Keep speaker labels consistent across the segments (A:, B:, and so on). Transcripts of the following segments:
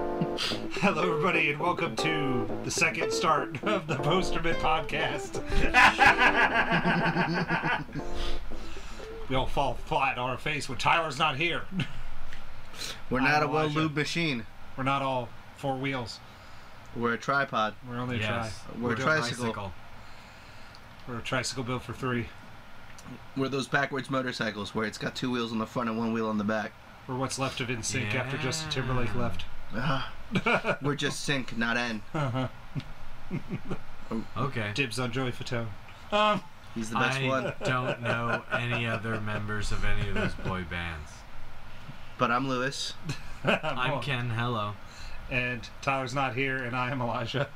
A: Hello, everybody, and welcome to the second start of the Posterman podcast. we all fall flat on our face when Tyler's not here.
B: We're not a
A: Elijah.
B: well lubed machine.
A: We're not all four wheels.
B: We're a tripod.
A: We're only a
C: Yes.
A: tri.
B: We're a
C: doing
B: tricycle.
C: bicycle.
A: We're a tricycle built for three.
B: We're those backwards motorcycles where it's got two wheels on the front and one wheel on the back.
A: We're what's left of NSYNC after
C: Yeah.
A: Justin Timberlake left.
B: Ah. We're just sync, not end.
C: Okay.
A: Dibs on Joey Fatone. Um,
B: He's the best
C: I
B: one.
C: don't know any other members of any of those boy bands.
B: But I'm Lewis.
C: I'm Ken. Hello.
A: and Tyler's not here, and I am Elijah.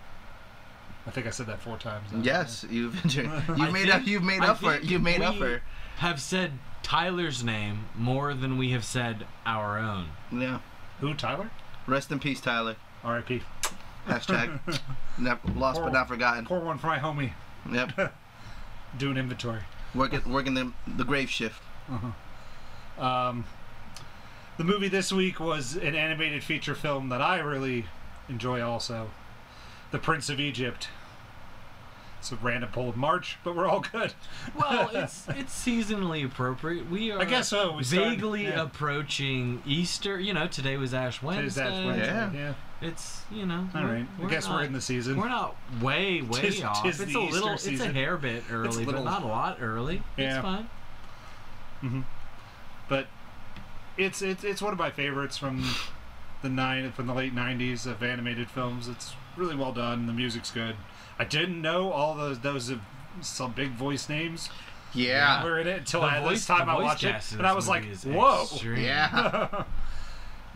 A: I think I said that four times. now.
B: Yes, you've you
C: I
B: made up.
C: think-
B: You've made
C: I
B: up for. it.
C: think
B: You've made up
C: we
B: for. it.
C: Have said Tyler's name more than we have said our own.
B: Yeah.
A: Who, Tyler?
B: Rest in peace, Tyler.
A: R.I.P.
B: Hashtag never, lost but not forgotten.
A: Pour one for my homie.
B: Yep.
A: Do an inventory.
B: Working working the the grave shift.
A: Um, the movie this week was an animated feature film that I really enjoy also The Prince of Egypt. It's a random poll of March, but we're all good.
C: Well, it's it's seasonally appropriate. We are
A: I guess so. We start-
C: vaguely
A: yeah.
C: approaching Easter. You know, today was Ash Wednesday.
A: Is that Wednesday?
B: Yeah.
A: yeah.
C: It's you know.
A: All
C: we're-
A: right.
C: we're
A: I guess
C: not-
A: we're in the season.
C: We're not way way
A: Tis-
C: off.
A: tis
C: it's
A: the
C: a
A: Easter
C: little. It's a
A: season.
C: hair bit early,
A: little.
C: but not a lot early.
A: Yeah.
C: It's fine.
A: but it's it's it's one of my favorites from the nine from the late '90s of animated films. It's really well done. The music's good. I didn't know all those those of some big voice names
B: Yeah.
A: were in it until
C: The
A: I,
C: voice-
A: this time
C: the
A: I
C: voice
A: watched it,
C: cast in
A: and I
C: this
A: was like,
C: movie is
A: "Whoa!"
C: extreme.
B: Yeah.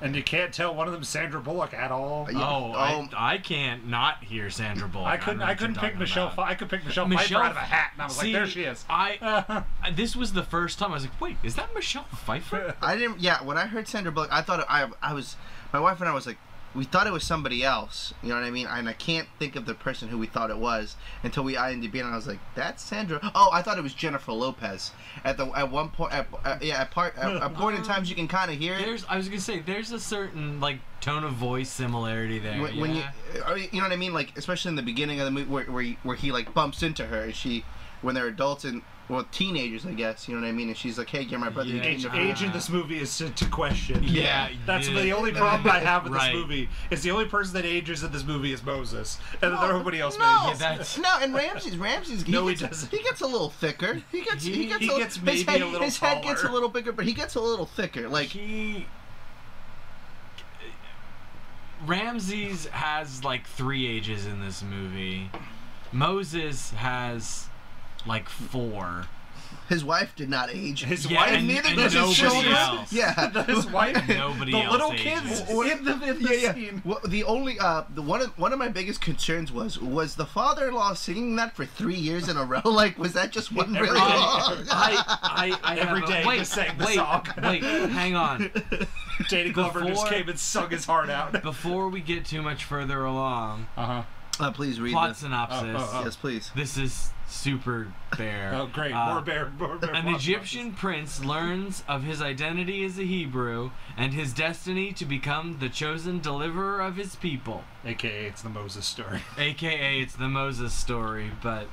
A: And you can't tell one of them Sandra Bullock at all. Uh,
B: Yeah.
C: Oh,
B: Um,
C: I, I can't not hear Sandra Bullock.
A: I
C: don't
A: couldn't
C: know
A: I
C: what you're
A: couldn't pick
C: talking
A: Michelle. Fi-
C: about.
A: I could pick Michelle,
C: Michelle
A: Pfeiffer out of a hat, and I was
C: See,
A: like, "There she is."
C: I this was the first time I was like, wait, is that Michelle Pfeiffer?
B: I didn't. Yeah, when I heard Sandra Bullock, I thought it- I I was my wife and I was like, we thought it was somebody else. You know what I mean? And I can't think of the person who we thought it was until we IMDb and I was like, that's Sandra. Oh, I thought it was Jennifer Lopez. At the at one point, at, at- yeah, at part at, at point in times you can kind of hear it.
C: There's I was gonna say there's a certain like tone of voice similarity there.
B: When, when
C: yeah.
B: you, uh, you know what I mean, like especially in the beginning of the movie, where, where, he- where he like bumps into her, and she, when they're adults and well teenagers, I guess, you know what I mean, and she's like, "Hey, you're my brother." You
C: Yeah.
B: came
A: age,
B: to
C: Ah.
A: age in this movie is to, to question.
C: Yeah,
A: That's
C: yeah.
A: the only problem I have with
C: Right.
A: this movie. Is the only person that ages in this movie is Moses, and then everybody else
B: no.
A: ages.
C: Yeah, that's-
B: No, and Ramses, Ramses, he,
A: No, he
B: gets,
A: doesn't.
B: he gets a little thicker. He gets, he,
C: He-
B: gets,
A: he
B: a,
A: gets
B: his
A: maybe
B: head,
A: a little
B: his head gets a
A: taller.
B: little bigger, but he gets a little thicker. Like,
C: he Ramses has like three ages in this movie. Moses has like four.
B: his wife did not age.
A: His
C: Yeah,
A: wife,
C: and-
B: neither
C: and
B: does his
C: nobody
B: children.
C: else.
B: Yeah.
A: his wife,
C: Nobody
A: the
C: else
A: little
C: ages.
A: kids
B: Or-
A: in the, in the
B: Yeah, yeah.
A: scene.
B: Well, the only uh, the one of one of my biggest concerns was was the father-in-law singing that for three years in a row. Like, was that just one
A: Every
B: really
A: day.
B: long?
C: I, I, I
A: Every
C: have a-
A: day he
C: wait,
A: just sang the
C: wait,
A: song.
C: wait, hang on.
A: Danny Glover just
C: Before-
A: came and sung his heart out.
C: Before we get too much further along,
A: Uh-huh.
B: Uh, please read
C: plot
B: this.
C: synopsis.
A: Oh, oh, oh.
B: Yes, please.
C: This is super bear.
A: Oh, great.
C: Uh,
A: more bear, more bear
C: An
A: plot
C: Egyptian prince learns of his identity as a Hebrew and his destiny to become the chosen deliverer of his people.
A: process. AKA, it's the Moses story.
C: AKA, it's the Moses story, but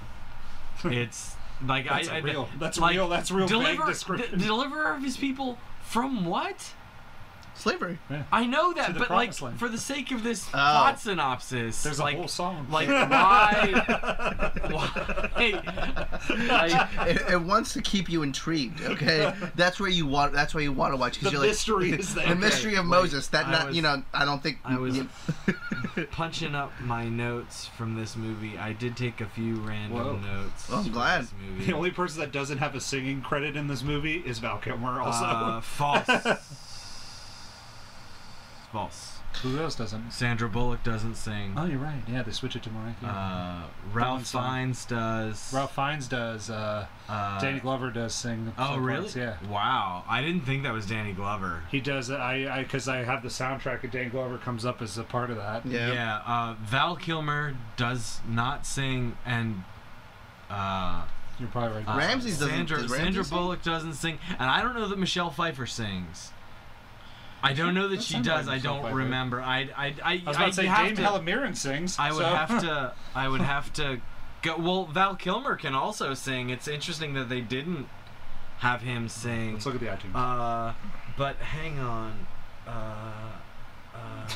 C: it's like
A: That's
C: I,
A: a
C: I
A: real- that's
C: like,
A: real- that's real vague
C: Deliver,
A: description.
C: the deliverer of his people from what?
B: Slavery.
C: I know that,
A: the
C: but like
A: promised land.
C: for the sake of
B: Oh.
C: this plot synopsis,
A: There's a
C: like,
A: whole song.
C: Like why? why? Like,
B: It, it wants to keep you intrigued. Okay, that's where you want. That's why you want to watch. 'cause
A: The
B: you're like-
A: mystery is there.
B: The mystery of Moses. That
C: I
B: not,
C: was-
B: you know. I don't think
C: I was
B: you-
C: punching up my notes from this movie. I did take a few
A: Whoa.
C: random notes.
B: Well, I'm
C: from
B: glad.
C: This
A: The
C: movie.
A: only person that doesn't have a singing credit in this movie is Val Kilmer. Also,
C: Uh, false. false.
A: who else doesn't?
C: Sandra Bullock doesn't sing.
A: Oh, you're right. Yeah, they switch it to Mariah. Carey.
C: Uh, Ralph
A: song.
C: Fiennes does.
A: Ralph Fiennes does. Uh,
C: uh,
A: Danny Glover does sing.
C: Oh,
A: some
C: really?
A: parts, Yeah.
C: Wow. I didn't think that was Danny Glover.
A: He does. I I because I have the soundtrack and Dan Glover comes up as a part of that.
B: Yeah.
C: Yeah. uh, Val Kilmer does not sing, and uh,
A: You're probably
C: uh,
A: right.
B: Ramses doesn't-
C: Sandra,
B: does Ramses
C: Sandra
B: sing?
C: Bullock doesn't sing, and I don't know that Michelle Pfeiffer sings. I don't know that she
A: sounds
C: does.
A: like
C: I
A: it's not
C: don't
A: quite right.
C: remember. I I I
A: Uh, I was about to say
C: have
A: Dame
C: to-
A: Hellamiran sings.
C: I would
A: so-
C: have to. I would have to go. Well, Val Kilmer can also sing. It's interesting that they didn't have him sing.
A: Let's look at the iTunes.
C: Uh, but hang on. Uh, uh,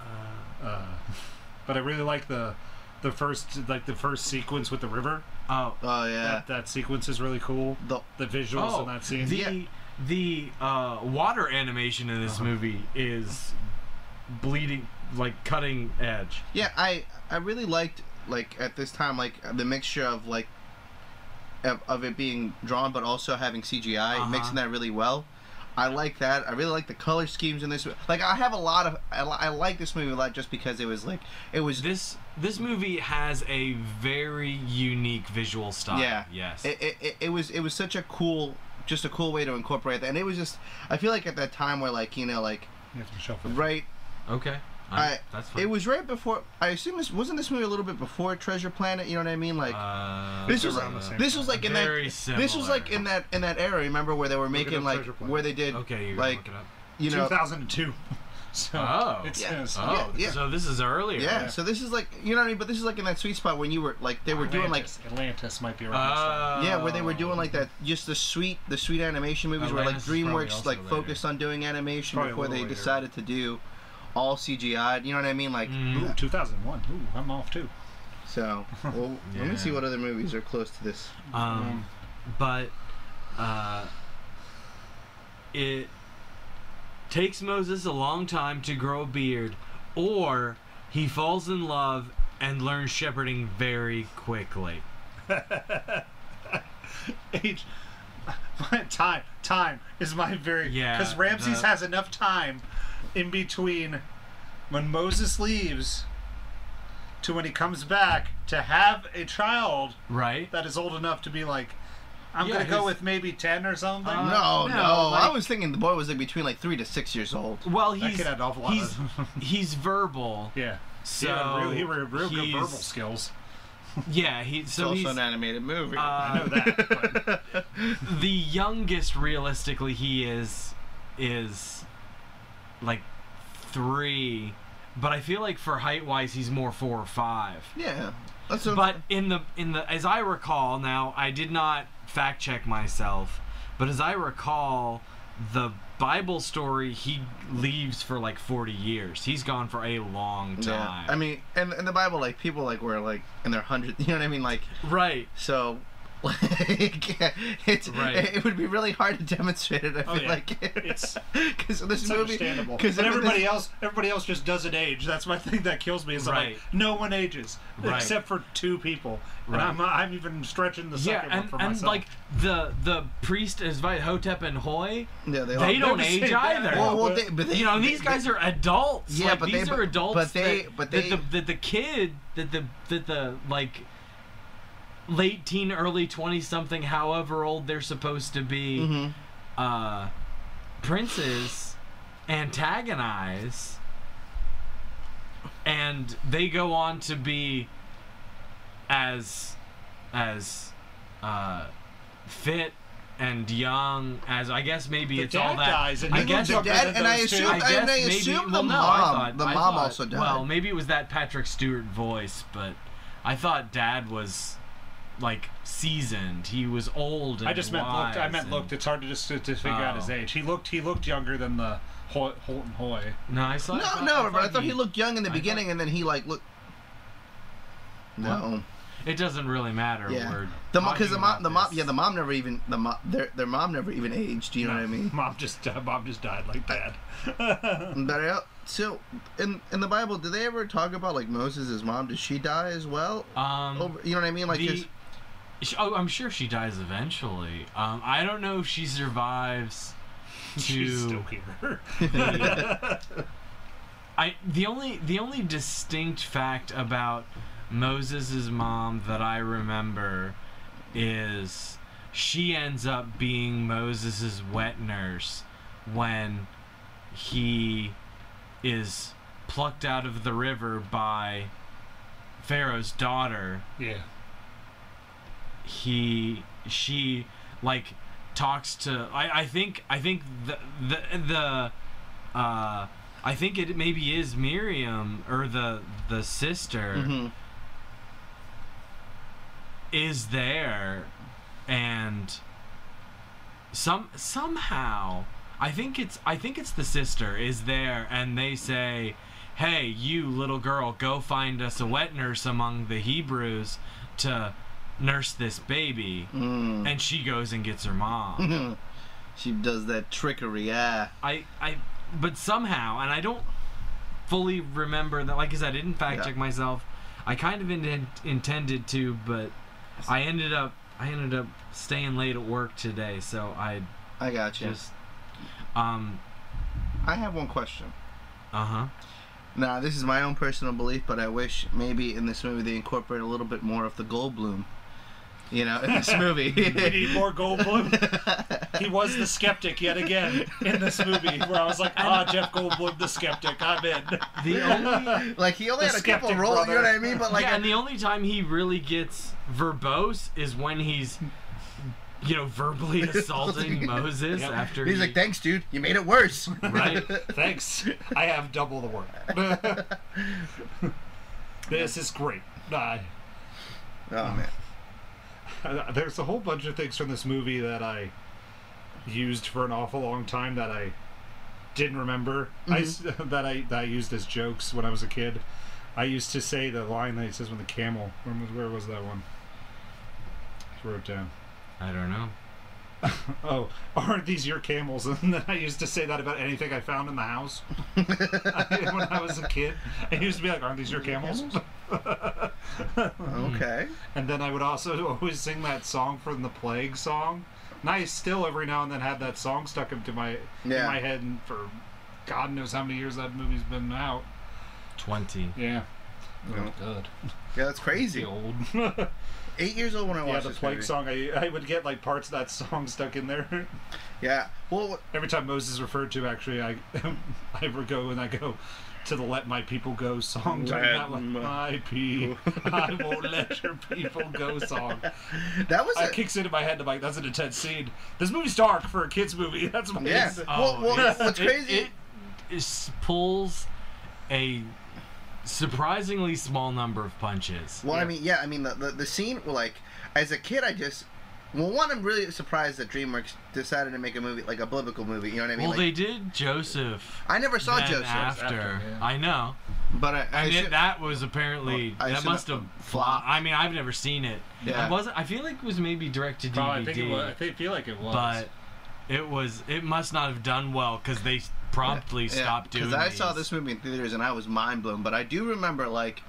C: uh,
A: Uh, but I really like the the first like the first sequence with the river.
C: oh,
B: Oh yeah.
A: That, that sequence is really cool.
B: The
A: The visuals
C: oh,
A: in that scene.
C: the
B: Yeah.
C: the uh, water animation in this
A: Uh-huh.
C: movie is bleeding, like cutting edge.
B: yeah, I I really liked like at this time like the mixture of like of, of it being drawn but also having CGI
C: Uh-huh.
B: mixing that really well. I like that. I really like the color schemes in this. Like I have a lot of I, li- I like this movie a lot just because it was like it was
C: This this movie has a very unique visual style.
B: Yeah.
C: Yes.
B: it, it- it, it was it was such a cool just a cool way to incorporate that and it was just I feel like at that time where like you know like
A: You have to shuffle.
B: right
C: okay.
B: I-
C: Uh, that's fine.
B: it was right before I assume this wasn't this movie a little bit before Treasure Planet you know what I mean like
C: Uh,
B: This was-
A: around the same
B: this was like in that
C: Very
B: this was like
C: similar.
B: in that in that era remember where they were
A: it
B: making
A: up,
B: like
A: Treasure Planet.
B: where they did
C: Okay, you
B: like
C: look it up.
B: you know
A: 2002. So
C: Oh.
A: it's,
B: Yeah.
A: it's-
C: Oh,
B: yeah.
C: so this is earlier.
B: yeah, so this is like you know what I mean but this is like in that sweet spot when you were like they were doing like
A: Atlantis. Atlantis might be around. this time.
C: Oh.
B: yeah where they were doing like that just the sweet the sweet animation movies
C: Atlantis Oh, is
B: where
C: probably
B: like DreamWorks
C: also
B: like
C: later.
B: focused on doing animation
A: Probably a
B: before they
A: little later.
B: decided to do all CGI you know what I mean like
C: Mm-hmm.
A: Ooh, 2001. Ooh, I'm off too.
B: So, well, let
C: Yeah.
B: me see what other movies are close to this.
C: Um, but uh, it takes Moses a long time to grow a beard, or he falls in love and learns shepherding very quickly.
A: Age. time. Time is my very.
C: Yeah,
A: Because Ramses
C: the-
A: has enough time in between when Moses leaves to when he comes back to have a child
C: Right?
A: that is old enough to be like, I'm
C: Yeah,
A: going to go
C: his-
A: with maybe 10 or something.
C: Uh,
B: no,
C: no,
B: no,
C: like-
B: I was thinking the boy was like between like three to six years old.
C: Well,
A: that
C: he's
A: kid had an awful lot
C: he's
A: of.
C: he's verbal.
A: yeah.
C: So
A: yeah, real, he were real good
C: he's-
A: verbal skills.
C: Yeah, he
B: It's
C: so
B: also
C: he's
B: an animated movie.
C: uh,
A: I know that. but-
C: the youngest realistically he is is like three but i feel like for height wise he's more four or five
B: yeah, that's what,
C: but in the in the as i recall now i did not fact check myself but as i recall the bible story he leaves for like 40 years he's gone for a long
B: yeah.
C: time
B: I mean, and in the Bible, like people like were like in their hundred. You know what I mean? Like
C: right
B: so. Like, it's,
C: Right.
B: it, would be really hard to demonstrate it. I
A: Oh,
B: feel
A: yeah.
B: like
A: It's-
B: because this
A: It's
B: movie,
A: understandable.
B: because
A: but everybody else, everybody else just doesn't age. That's my thing that kills me. Is I'm
C: Right.
A: like no one ages
C: Right.
A: except for two people,
C: Right.
A: and I'm, I'm even stretching the
C: yeah
A: second one
C: and,
A: for
C: and
A: myself.
C: like the the priest is by hotep and hoy
B: yeah, they, all-
C: they don't
A: Never
C: age
A: say that.
C: either
B: Well, well,
A: but-
B: they, but they,
C: you know, and
B: they-
C: these guys are adults.
B: Yeah,
C: like,
B: but
C: these
B: they-
C: are adults.
B: but they-
C: that,
B: but
C: that
B: they-
C: the, that the kid, that the that the like late teen, early twenty something, however old they're supposed to be,
B: Mhm.
C: uh, princes antagonize, and they go on to be as as uh, fit and young as I guess maybe
A: The
C: it's
A: dad
C: all that.
A: dies, and
C: I
A: he
C: guess
A: looks younger
B: Dad-
A: than
B: and I
A: those two.
B: assume-
C: I
B: I-
C: guess
B: I
C: maybe,
B: assume
C: well,
B: the
C: no, I
B: mom-
C: thought,
B: the
C: I
B: mom
C: thought-
B: also died.
C: Well, maybe it was that Patrick Stewart voice, but I thought Dad was like seasoned. He was old. And
A: I just meant
C: wise
A: looked. I meant
C: and-
A: looked. It's hard to just to, to figure out his
C: Oh.
A: age. He looked. He looked younger than the Hoy, Holton Hoy.
C: No, I saw.
B: No, no, but I thought he looked young in the
C: I
B: beginning, and then he like looked. No,
C: It doesn't really matter.
B: Yeah.
C: We're
B: the mom, because
C: talking
B: the mom,
C: about
B: the mom,
C: this.
B: yeah, the mom never even the mom, their, their mom never even aged. You know what I mean?
A: Mom just di- mom just died like dad.
B: But I, so in in the Bible, did they ever talk about like Moses' mom? Did she die as well?
C: Um,
B: Over, you know what I mean? Like,
C: the-
B: 'cause-
C: sh- oh, I'm sure she dies eventually. Um, I don't know if she survives. To
A: She's still here.
C: I the only the only distinct fact about Moses' mom that I remember is she ends up being Moses' wet nurse when he is plucked out of the river by Pharaoh's daughter
A: yeah.
C: he she like talks to I, I think I think the the the uh, I think it maybe is Miriam or the the sister
B: hmm
C: is there, and some somehow I think it's I think it's the sister is there, and they say, "Hey, you little girl, go find us a wet nurse among the Hebrews to nurse this baby."
B: Mm.
C: And she goes and gets her mom.
B: Mm-hmm. she does that trickery. Yeah.
C: I, I, but somehow, and I don't fully remember that. Like I said, I didn't fact
B: Yeah.
C: check myself. I kind of in, intended to, but I ended up, I ended up staying late at work today, so I
B: I got you.
C: just, um,
B: I have one question.
C: uh huh.
B: Now, this is my own personal belief, but I wish maybe in this movie they incorporate a little bit more of the Goldblum. You know, in this movie.
A: We need more Goldblum. He was the skeptic yet again in this movie, where I was like, ah, Jeff Goldblum, the skeptic. I'm in.
C: The only.
B: like he only
A: The
B: had a couple
A: skeptic
B: roles, you know what
A: brother.
B: I mean? But like,
C: yeah, and the only time he really gets verbose is when he's, you know, verbally assaulting Moses
A: Yep.
C: after
B: he's
C: he-
B: like, "Thanks, dude. You made it worse." Oh,
C: Right.
A: Thanks. I have double the work. this is great. I,
B: Oh man.
A: Uh, there's a whole bunch of things from this movie that I used for an awful long time that I didn't remember. I s that I that I used as jokes when I was a kid. I used to say the line that he says when the camel. When was, where was that one? I wrote down.
C: I don't know.
A: Oh, aren't these your camels? And then I used to say that about anything I found in the house when I was a kid. I used to be like, "Aren't these your camels?" Mm-hmm.
B: Okay.
A: And then I would also always sing that song from the Plague song. And I still every now and then have that song stuck into my in
B: Yeah.
A: my head and for God knows how many years that movie's been out.
C: Twenty.
A: Yeah.
B: Yeah.
A: good.
B: Yeah, that's crazy.
A: The old Yeah,
B: Eight years old when I watched
A: the
B: this
A: plague
B: movie.
A: song I, I would get like parts of that song stuck in there.
B: Yeah. Well,
A: Every time Moses referred to actually I I would go and I go to the Let My People Go song during
B: Let
A: that Let
B: my-
A: My People I won't let your people go song.
B: that was
A: That
B: a-
A: kicks into my head. I'm like, that's an intense scene. This movie's dark for a kids' movie. That's my
B: Yeah. Well, well,
C: it's-
B: what's
C: Um, it-
B: crazy-
C: It, is- pulls a surprisingly small number of punches.
B: Well, I
A: Yeah.
B: mean, yeah, I mean the, the the scene well, like as a kid, I just well one, I'm really surprised that DreamWorks decided to make a movie like a biblical movie. You know what I mean?
C: Well,
B: like,
C: they did Joseph.
B: I never saw
C: then
B: Joseph,
C: After,
A: After, yeah.
C: I know,
B: but I, I
C: and
B: should,
C: it, that was apparently
B: I
C: that
B: should-
C: must have
B: flopped.
C: flopped. I mean, I've never seen it.
B: Yeah.
C: I wasn't. I feel like it was maybe direct to DVD,
A: think, feel like it was.
C: but it was. It must not have done well because they promptly stopped doing.
B: Because I saw
C: these.
B: this movie in theaters and I was mind blown. But I do remember like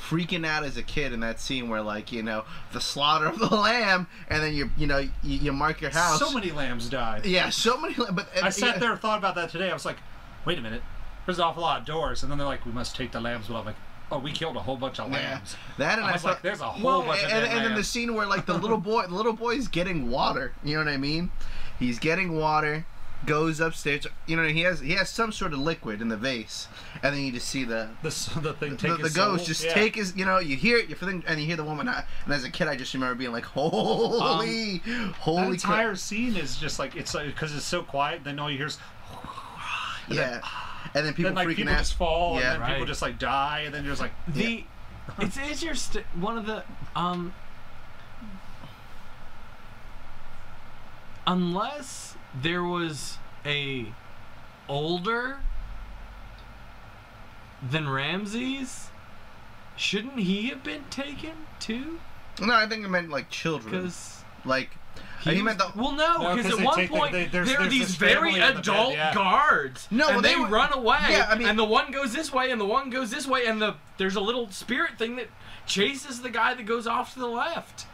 B: freaking out as a kid in that scene where like you know the slaughter of the lamb, and then you you know you, you mark your house.
A: so many lambs died.
B: Yeah, so many. But
A: I sat there and thought about that today. I was like, wait a minute. There's an awful lot of doors. And then they're like, we must take the lambs. Well, I'm like, oh, we killed a whole bunch of
B: Yeah.
A: lambs.
B: That and
A: I
B: I,
A: was
B: thought,
A: like, there's a whole
B: Well,
A: bunch of dead
B: and, and then the
A: lambs.
B: scene where like the little boy, the little boy's getting water. You know what I mean? He's getting water, goes upstairs. You know he has he has some sort of liquid in the vase, and then you just see the
A: The, s- the thing
B: the,
A: take
B: the
A: his
B: ghost
A: soul.
B: just
A: Yeah.
B: take his. You know you hear it, you feeling, and you hear the woman. I, and as a kid, I just remember being like, holy,
A: That
B: holy crap.
A: entire scene is just like, it's like, because it's so quiet, then all you hear is,
B: yeah. and then people
A: then like
B: freaking
A: people
B: out.
A: just fall,
B: Yeah.
A: and then people
C: Right.
A: just like die, and then you're just like,
C: the it's interesting one of the um unless there was a older than Ramses shouldn't he have been taken too
B: no, I think it meant like children.
C: cuz
B: Like he, Oh, meant the.
C: well,
A: No,
C: no,
A: 'cause
C: because
A: they
C: at one
A: take the-
C: point
A: they- there's-
C: there are
A: there's
C: these
A: this
C: very
A: family on the bed,
C: adult
A: yeah.
C: guards.
B: No,
C: and
B: well,
C: they,
B: they were-
C: run away.
B: Yeah, I mean-
C: and the one goes this way, and the one goes this way, and the there's a little spirit thing that chases the guy that goes off to the left,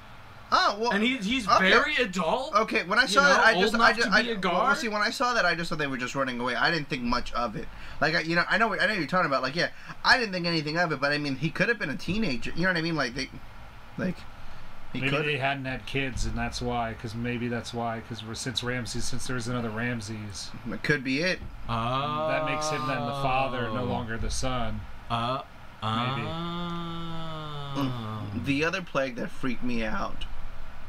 B: Oh well.
C: and he, he's
B: Okay.
C: very adult.
B: Okay, when I
C: You
B: saw
C: know,
B: that, I
C: old
B: just,
C: enough
B: I just,
C: to
B: I,
C: be a
B: Well,
C: guard?
B: see, when I saw that, I just thought they were just running away. I didn't think much of it. Like, I, you know, I know, I know you're talking about. Like, yeah, I didn't think anything of it, but I mean, he could have been a teenager. You know what I mean? Like, they, like, he
A: Maybe
B: could.
A: they hadn't had kids, and that's why. Because maybe that's why. Because we're since Ramses, since there's another Ramses,
B: It could be it.
C: Oh.
A: that makes him then the father, no longer the son.
C: Uh,
A: Maybe.
C: uh,
B: The other plague that freaked me out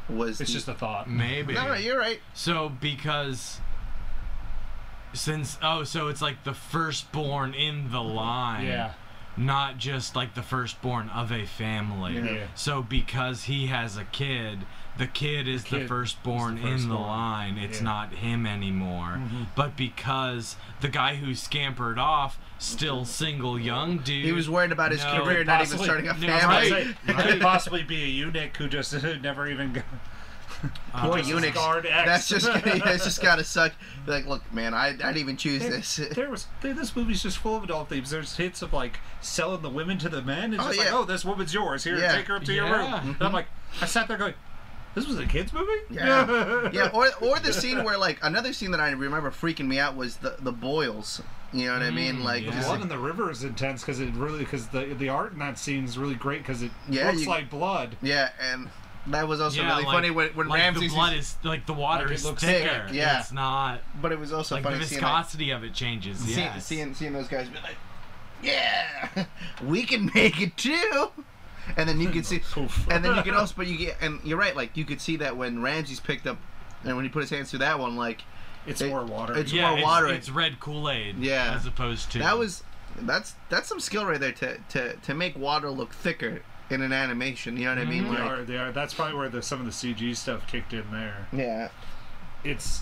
B: was.
A: It's
B: the-
A: just a thought.
C: maybe.
B: No, no, you're right.
C: So because Since oh, so it's like the firstborn in the line.
A: Yeah.
C: Not just like the firstborn of a family.
B: Yeah.
A: Yeah.
C: So because he has a kid, the kid is the,
A: kid is the
C: firstborn in the
A: firstborn.
C: line. It's
A: Yeah.
C: not him anymore.
B: Mm-hmm.
C: But because the guy who scampered off, still single young dude.
B: Mm-hmm. He was worried about his
C: No,
B: career, not even
A: possibly.
B: starting a
C: No,
B: family.
C: right.
A: It could possibly be a eunuch who just never even got.
C: uh,
B: Poor
A: just
B: eunuchs.
A: scarred X.
B: That's just gonna, that's just gotta suck. Be Like, look, man, I, I didn't even choose this.
A: There was there, this movie's just full of adult themes. There's hints of like selling the women to the men. It's
B: Oh,
A: just
B: yeah.
A: like, oh, this woman's yours. Here,
B: Yeah.
A: take her up to your
C: Yeah. Mm-hmm.
A: room. And I'm like, I sat there going, this was a kids movie.
B: Yeah, yeah. Or or the scene where like another scene that I remember freaking me out was the the boils. You know what I mean?
C: Mm,
B: Like,
C: yeah.
A: The
B: just
A: blood
B: like-
A: in the river is intense because it really because the the art in that scene is really great because it
B: Yeah,
A: looks
B: you-
A: like blood.
B: yeah, and that was also really
C: like-
B: funny when when
C: like
B: Ramses.
C: the blood is like the water
A: Like, it
C: is
A: looks
C: thicker.
B: thick, yeah.
C: It's not
B: but it was also
C: like the
B: funny seeing like,
C: viscosity of it changes.
B: see-
C: Yeah.
B: seeing seeing those guys be like, yeah, we can make it too. And then you can see,
A: Poof.
B: and then you can also, but you get, and you're right. Like you could see that when Ramses picked up, and when he put his hands through that one, like
A: It's
B: it-
A: more water.
B: it's-
C: yeah,
B: more water.
C: It's, red Kool Aid.
B: Yeah.
C: As opposed to
B: That was that's that's some skill right there to to to make water look thicker in an animation. You know what I mean?
A: they
B: Like,
A: are, they are. That's probably where the, some of the CG stuff kicked in there.
B: yeah,
A: It's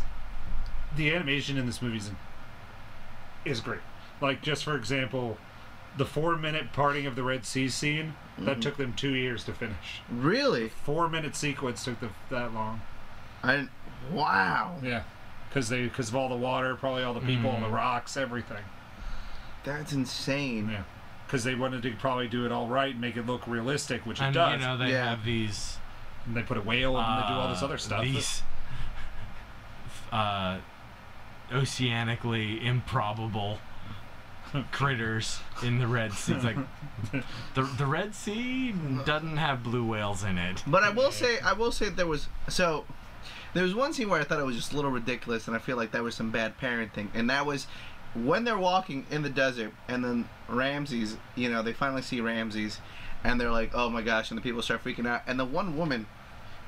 A: the animation in this movie is, is great. Like just for example, the four minute parting of the Red Sea scene
B: Mm-hmm.
A: that took them two years to finish.
B: really.
A: Four minute sequence took them that long.
B: I didn't- wow,
A: Yeah, because they because of all the water, probably all the people, all the rocks, everything.
B: that's insane.
A: Yeah, because they wanted to probably do it all right and make it look realistic, which it
C: And
A: does.
C: you know they
B: Yeah.
C: have these.
A: and they put a whale and they do all this
C: uh,
A: other stuff.
C: These. Uh, oceanically improbable critters in the Red Sea. It's like the the Red Sea doesn't have blue whales in it.
B: But I will say, I will say there was so there was one scene where I thought it was just a little ridiculous, and I feel like that was some bad parenting, and that was when they're walking in the desert, and then Ramses, you know, they finally see Ramses, and they're like, oh my gosh, and the people start freaking out, and the one woman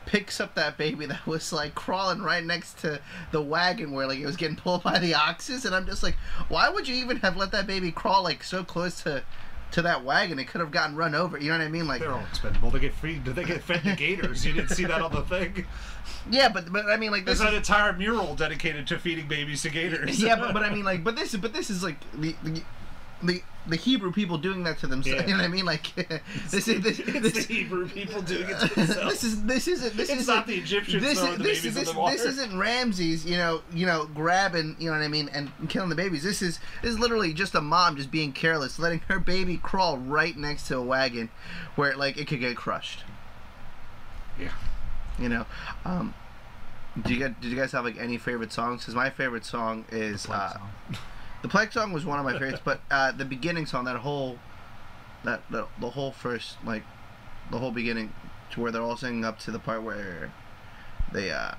B: picks up that baby that was like crawling right next to the wagon where like it was getting pulled by the oxes and I'm just like why would you even have let that baby crawl like so close to to that wagon it could have gotten run over you know what I mean like
A: They're all expendable. They get free. They get fed to gators. You didn't see that on the thing.
B: yeah but but I mean like
A: There's
B: this
A: an
B: is,
A: entire mural dedicated to feeding babies to gators.
B: yeah, but, but I mean, like, but this, but this is like the the the, the Hebrew people doing that to themselves.
A: Yeah.
B: You know what I mean? Like, this is this.
A: it's
B: this
A: the Hebrew people doing it to
B: this
A: themselves.
B: is this isn't this
A: It's
B: isn't
A: not the Egyptians
B: this
A: throwing
B: is-
A: the
B: this
A: babies in
B: this,
A: the water.
B: this isn't Ramses you know you know grabbing you know what I mean and killing the babies this is this is literally just a mom just being careless letting her baby crawl right next to a wagon where like it could get crushed
A: Yeah.
B: you know um do you guys, did you guys have like any favorite songs because my favorite song is uh, the plague song was one of my favorites, but uh, the beginning song, that whole, that the, the whole first like, the whole beginning, to where they're all singing up to the part where, they uh,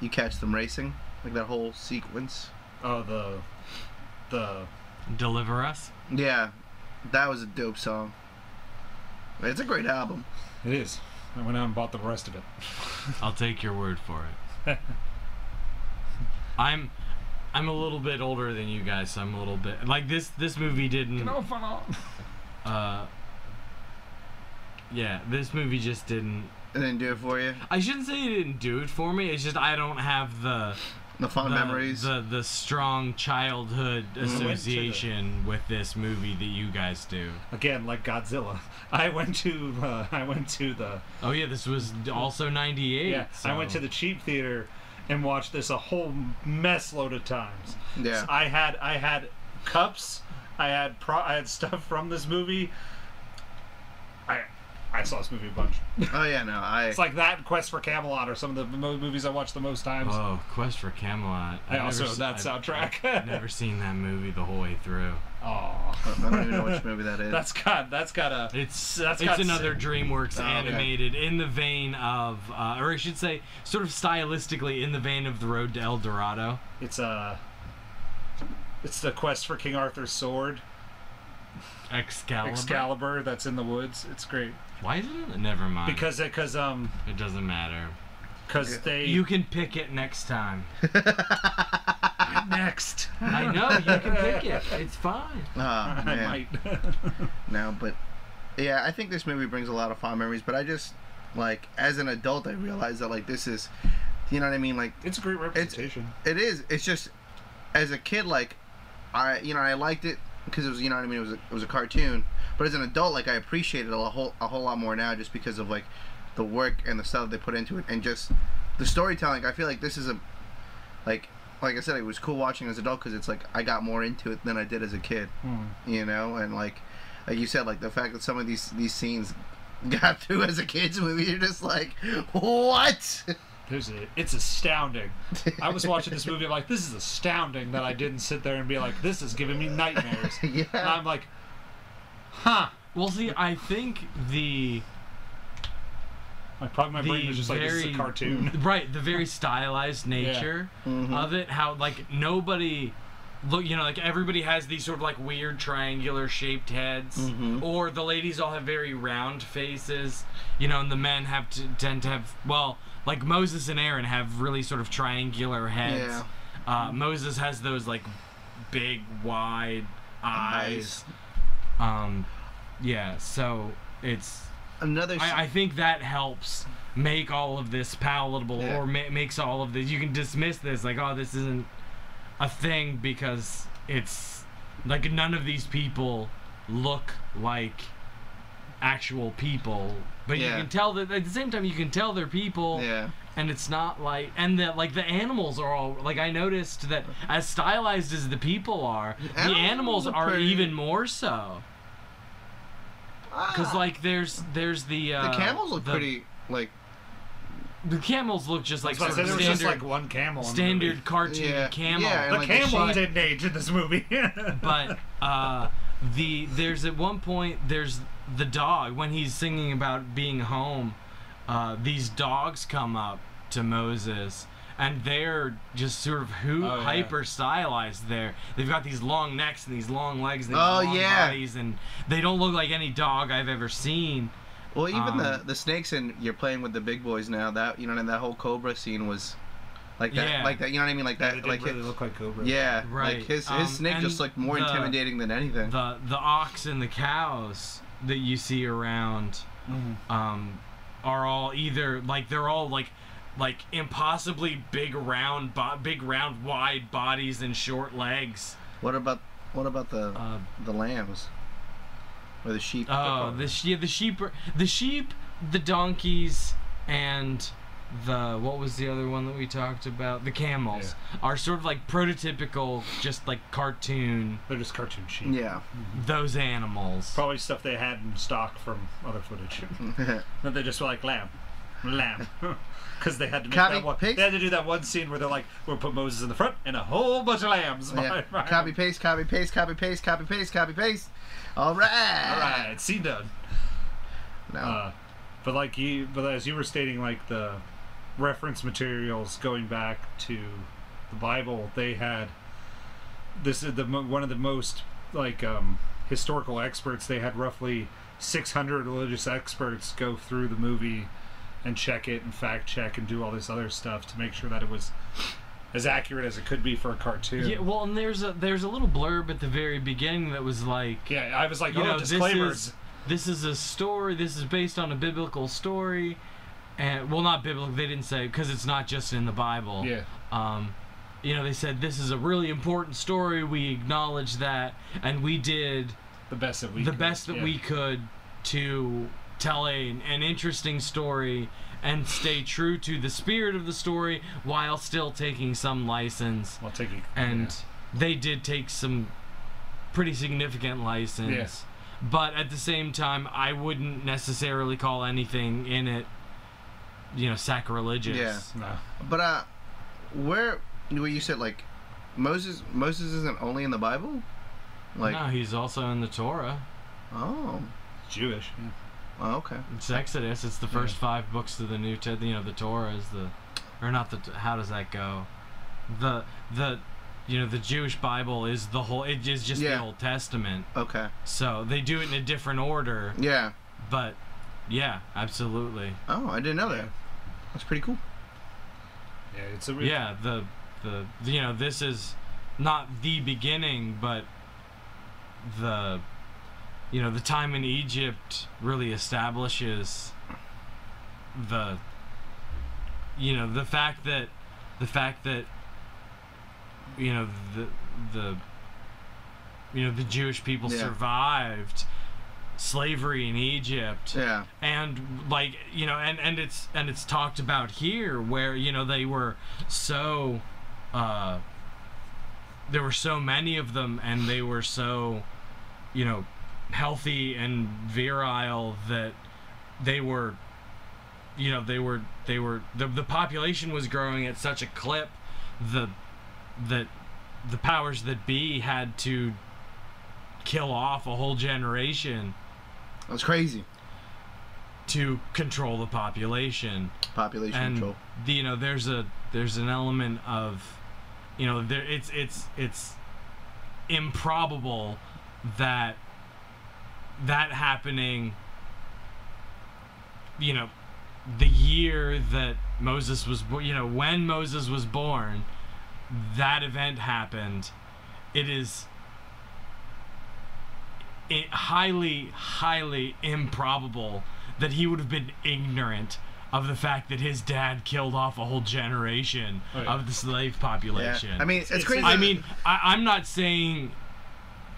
B: you catch them racing, like that whole sequence.
A: Oh, the the
C: Deliver us.
B: Yeah, that was a dope song. It's a great album.
A: it is. I went out and bought the rest of it.
C: I'll take your word for it. I'm I'm a little bit older than you guys, so I'm a little bit like this this movie didn't uh yeah, this movie just didn't.
B: And then do it for you.
C: I shouldn't say it didn't do it for me. It's just I don't have the
B: The fond
C: the,
B: memories.
C: the the strong childhood
A: Mm-hmm. to the-
C: association with this movie that you guys do.
A: Again, like Godzilla, I went to uh, I went to the
C: Oh yeah, this was also '98.
A: yeah I went to the cheap theater and watched this a whole mess load of times.
B: yeah.
A: I had I had cups. I had pro. I had stuff from this movie. I I saw this movie a bunch.
B: oh yeah, no, I.
A: It's like that and Quest for Camelot are some of the mo- movies I watched the most times.
C: Oh, Quest for Camelot.
A: I
C: I've
A: also
C: never se-
A: that
C: I've-
A: soundtrack.
C: I've never seen that movie the whole way through.
A: oh,
B: I don't even know which movie that is.
A: that's got that's got a
C: It's
A: That's
C: it's
A: got
C: another
A: s-
C: DreamWorks
B: Oh, okay.
C: animated in the vein of, uh, or I should say, sort of stylistically in the vein of The Road to El Dorado.
A: it's a it's the quest for King Arthur's sword
C: Excalibur.
A: Excalibur that's in the woods. It's great
C: Why is it? Never mind.
A: because because um
C: it doesn't matter.
A: because they
C: You can pick it next time.
A: nah, next.
C: I know you can pick it. It's fine.
B: Oh, man.
A: I might.
B: No, but yeah, I think this movie brings a lot of fond memories. But I just like as an adult, I realized that like this is, you know what I mean? Like
A: it's a great representation.
B: it is. It's just as a kid, like I, you know, I liked it because it was, you know what I mean? It was a, it was a cartoon. But as an adult, like I appreciate it a whole a whole lot more now, just because of like the work and the stuff they put into it, and just the storytelling. I feel like this is a like like I said, it was cool watching as an adult because it's like I got more into it than I did as a kid
A: Hmm.
B: you know and like like you said like the fact that some of these these scenes got through as a kids movie you're just like what
A: There's a, it's astounding. I was watching this movie. I'm like, this is astounding that I didn't sit there and be like, this is giving me nightmares. And
B: yeah
A: I'm like, huh.
C: Well, see, I think the
A: Like, probably my
C: the
A: brain was just like,
C: very
A: this is a cartoon.
C: right, the very stylized nature
B: Mhm.
C: of it. How like nobody look, you know, like everybody has these sort of like weird triangular shaped heads,
B: Mhm.
C: or the ladies all have very round faces, you know, and the men have to tend to have well, like Moses and Aaron have really sort of triangular
B: Yeah.
C: heads. Uh, Moses has those like big wide eyes.
B: Eyes.
C: Um, yeah, so it's
B: another
C: I, I think that helps make all of this palatable
B: Yeah.
C: or ma- makes all of this you can dismiss this like oh this isn't a thing because it's like none of these people look like actual people but
B: Yeah.
C: you can tell that at the same time you can tell they're people
B: yeah
C: and it's not like and the like the animals are all like i noticed that as stylized as the people are the
B: animals
C: animals
B: are
C: are
B: pretty-
C: even more so because
B: Ah,
C: like there's there's the
B: the
C: uh,
B: camels look
C: the-
B: pretty like
C: the camels look just like
A: That's why I
C: sort
A: said
C: of
A: there
C: standard
A: was just like one camel. in the movie.
C: standard cartoon
B: Yeah,
C: camel
B: yeah, and
A: The
B: like the
A: camel
B: sheep.
A: didn't age in this movie.
C: but uh, the there's at one point there's the dog when he's singing about being home. Uh, these dogs come up to Moses, and they're just sort of who
A: Oh, yeah.
C: hyper stylized. There, they've got these long necks and these long legs and these
B: Oh,
C: long
B: yeah.
C: bodies, and they don't look like any dog I've ever seen.
B: well even
C: Um,
B: the the snakes and you're playing with the big boys now that you know and that whole cobra scene was like that
C: Yeah.
B: like that you know what i mean like
A: Yeah,
B: that
A: they didn't
B: like
A: really
B: his,
A: look like Cobra.
B: yeah
C: Right,
B: like his his
C: um,
B: snake just
C: and
B: looked more
C: the-
B: intimidating than anything
C: The the ox and the cows that you see around
A: Mhm.
C: um, are all either like they're all like like impossibly big round bo- big round wide bodies and short legs.
B: what about what about the
C: Uh,
B: the lambs or the sheep
C: oh, the she- the sheep are- the sheep the donkeys and the what was the other one that we talked about the camels are sort of like prototypical just like cartoon
A: They're just cartoon sheep.
B: yeah
C: those animals.
A: Probably stuff they had in stock from other footage. Then they just were like lamb, lamb, because they had to make
B: Copy
A: that one.
B: paste.
A: They had to do that one scene where they're like, "We'll put Moses in the front and a whole bunch of lambs."
B: Yeah.
A: behind- behind
B: Copy
A: him."
B: paste, copy paste, copy paste, copy paste, copy paste. All right.
A: All right, scene done.
B: No.
A: Uh, but like you, but as you were stating, like the reference materials going back to the Bible, they had this is the mo- one of the most like um, historical experts. They had roughly 600 religious experts go through the movie and check it and fact check and do all this other stuff to make sure that it was as accurate as it could be for a cartoon.
C: yeah, well, and there's a there's a little blurb at the very beginning that was like
A: Yeah, I was like,
C: you
A: oh,
C: know, this
A: disclaimers.
C: is this is a story. This is based on a biblical story, and well, not biblical. They didn't say because it's not just in the Bible.
A: Yeah.
C: Um, you know, they said this is a really important story. We acknowledge that, and we did
A: the best that we
C: the
A: could,
C: best that
A: yeah.
C: we could to tell a, an interesting story and stay true to the spirit of the story while still taking some license
A: Well, take it.
C: and they did take some pretty significant license.
A: Yes.
C: But at the same time, I wouldn't necessarily call anything in it, you know, sacrilegious.
B: Yeah.
A: yeah. no.
B: but uh, where where you said like Moses Moses isn't only in the Bible? Like
C: no, he's also in the Torah.
B: oh,
A: Jewish. yeah.
B: oh, okay.
C: It's Exodus. It's the first five books of the New Testament. You know, the Torah is the, or not the. How does that go? The the, you know, the Jewish Bible is the whole. It is just
B: Yeah.
C: the Old Testament.
B: Okay.
C: So they do it in a different order,
B: Yeah.
C: but, yeah, absolutely.
B: Oh, I didn't know that.
A: Yeah.
B: That's pretty cool.
A: Yeah, it's a re-
C: yeah the the you know this is not the beginning, but the you know the time in Egypt really establishes the you know the fact that the fact that you know the the you know the Jewish people
B: Yeah.
C: survived slavery in Egypt
B: Yeah.
C: and like you know and and it's and it's talked about here where you know they were so uh there were so many of them and they were so you know healthy and virile that they were you know they were they were the, the population was growing at such a clip the that the powers that be had to kill off a whole generation
B: That's crazy.
C: to control the population
B: Population
C: and
B: control.
C: the- you know there's a there's an element of you know there it's it's it's improbable that that happening you know the year that Moses was born you know when Moses was born that event happened it is it highly highly improbable that he would have been ignorant of the fact that his dad killed off a whole generation
A: Oh, yeah.
C: of the slave
B: Yeah.
C: population
B: I mean, it's,
A: It's-
B: crazy.
C: I mean, I, I'm not saying.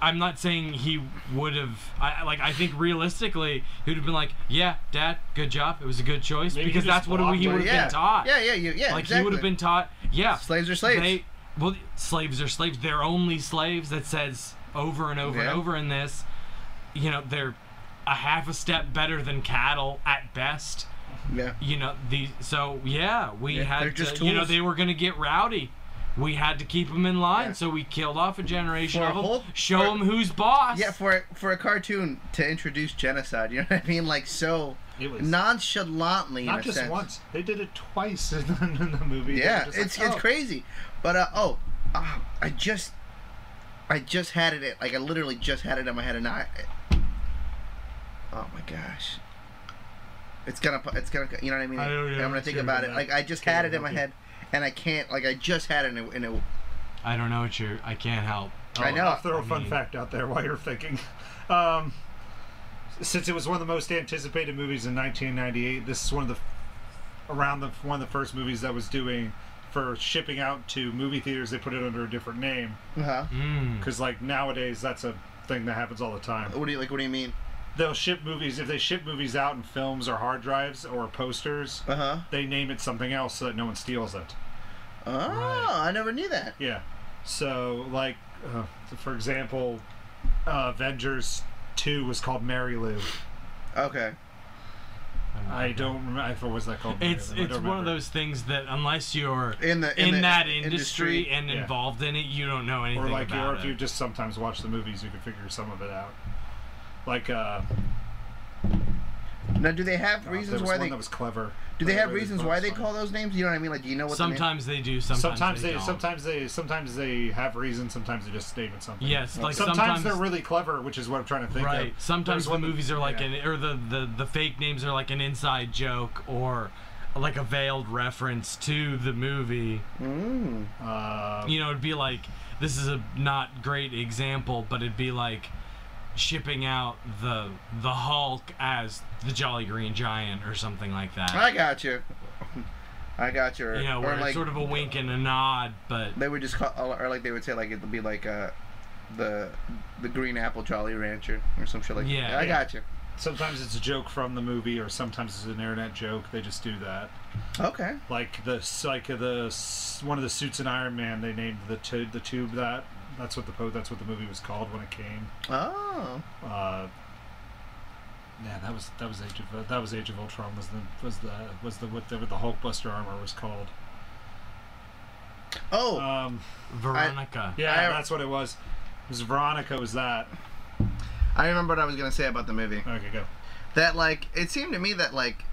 C: I'm not saying he would have. I, like, I think realistically, he'd have been like, "Yeah, Dad, good job. It was a good choice,"
A: Maybe he
C: because
A: just
C: that's what
A: blocked
C: he
A: it.
C: would have
B: yeah.
C: been taught.
B: Yeah, yeah, you, yeah.
C: like
B: exactly.
C: he would have been taught. Yeah,
B: slaves are slaves.
C: They, well, slaves are slaves. They're only slaves. That says over and over
B: Yeah.
C: and over in this. You know, they're a half a step better than cattle at best
B: yeah.
C: you know the so yeah
B: Yeah,
C: we
B: they're
C: had
B: just
C: to, you know
B: tools.
C: they were gonna get rowdy we had to keep them in line
B: Yeah.
C: so we killed off a generation
B: For a
C: of them
B: whole-
C: show
B: for-
C: them who's boss
B: Yeah, for for a cartoon to introduce genocide, you know what I mean? Like so
A: It was
B: nonchalantly. in
A: not
B: a
A: just
B: sense.
A: once. They did it twice in the, in the movie. They
B: Yeah,
A: were just like,
B: it's
A: "Oh."
B: it's crazy. But uh, oh, uh, I just I just had it like I literally just had it in my head and I Oh my gosh. It's gonna pu- it's gonna you know what I mean?
C: I
B: And
C: don't know
B: I'm gonna
C: what
B: think
C: you're
B: about it.
A: about.
B: Like I just
A: Can't
B: had it in
A: help
B: my
A: you.
B: head and I can't like I just had it and it, and it
C: i don't know what you're i can't help
B: I know.
A: Oh, I'll throw a fun
C: mean-
A: fact out there while you're thinking. Um, since it was one of the most anticipated movies in 1998, this is one of the around the one of the first movies that was doing for shipping out to movie theaters. They put it under a different name
B: uh-huh.
C: Mm.
A: because, like nowadays, that's a thing that happens all the time.
B: What do you like what do you mean?
A: They'll ship movies if they ship movies out in films or hard drives or posters.
B: Uh-huh.
A: They name it something else so that no one steals it.
B: Oh,
C: Right.
B: I never knew that.
A: Yeah. So, like, uh, for example, uh, Avengers 2 was called Mary Lou.
B: Okay.
A: I don't remember. I forgot what was that called.
C: it's
A: I don't
C: it's one of
A: remember.
C: those things that unless you're
B: In the
C: in,
B: in, the
C: that
B: industry,
C: industry, and
A: Yeah.
C: involved in it you don't know anything
A: Or like,
C: about
A: or if
C: it.
A: you just sometimes watch the movies, you can figure some of it out. Like, uh,
B: Now do they have
A: uh, there
B: reasons
A: was
B: why
A: one
B: they
A: that was clever.
B: do they
A: Right
B: have
A: away,
B: reasons
A: thought
B: why
A: was
B: they
A: funny.
B: call those names? You know what I mean? Like do you know what the name-
C: sometimes they do sometimes,
A: Sometimes they,
C: don't.
A: sometimes they, sometimes they have reasons. Sometimes they just name it something.
C: yes like
A: Sometimes,
C: sometimes,
A: they're really clever, which is what I'm trying to think of.
C: Right. Sometimes
A: There's
C: the
A: one that-
C: movies are like
A: yeah.
C: an or the, the the fake names are like an inside joke or like a veiled reference to the movie. Um,
B: Mm.
A: Uh,
C: You know, it'd be like this is a not great example, but it'd be like shipping out the the Hulk as the Jolly Green Giant or something like that.
B: I got you. I got you. Or,
C: You know, where
B: Ah. or
C: it's
B: like
C: sort of a wink and a nod, but
B: they would just call, or like they would say like it'd be like uh, the the Green Apple Jolly Rancher or some shit like that.
C: Yeah.
B: I got you.
A: Sometimes it's a joke from the movie, or sometimes it's an internet joke. They just do that.
B: Okay.
A: Like the like the s- one of the suits in Iron Man, they named the tu- the tube that. That's what the po- that's what the movie was called when it came.
B: Oh.
A: Uh, yeah, that was that was Age of that was Age of Ultron was the was the was the what the, what the Hulkbuster armor was called.
B: Oh.
C: Uh,
A: Um,
C: Veronica.
A: yeah,
B: I-
A: that's what it was. It was Veronica was that?
B: I remember what I was gonna say about the movie.
A: Okay, go.
B: That like it seemed to me that like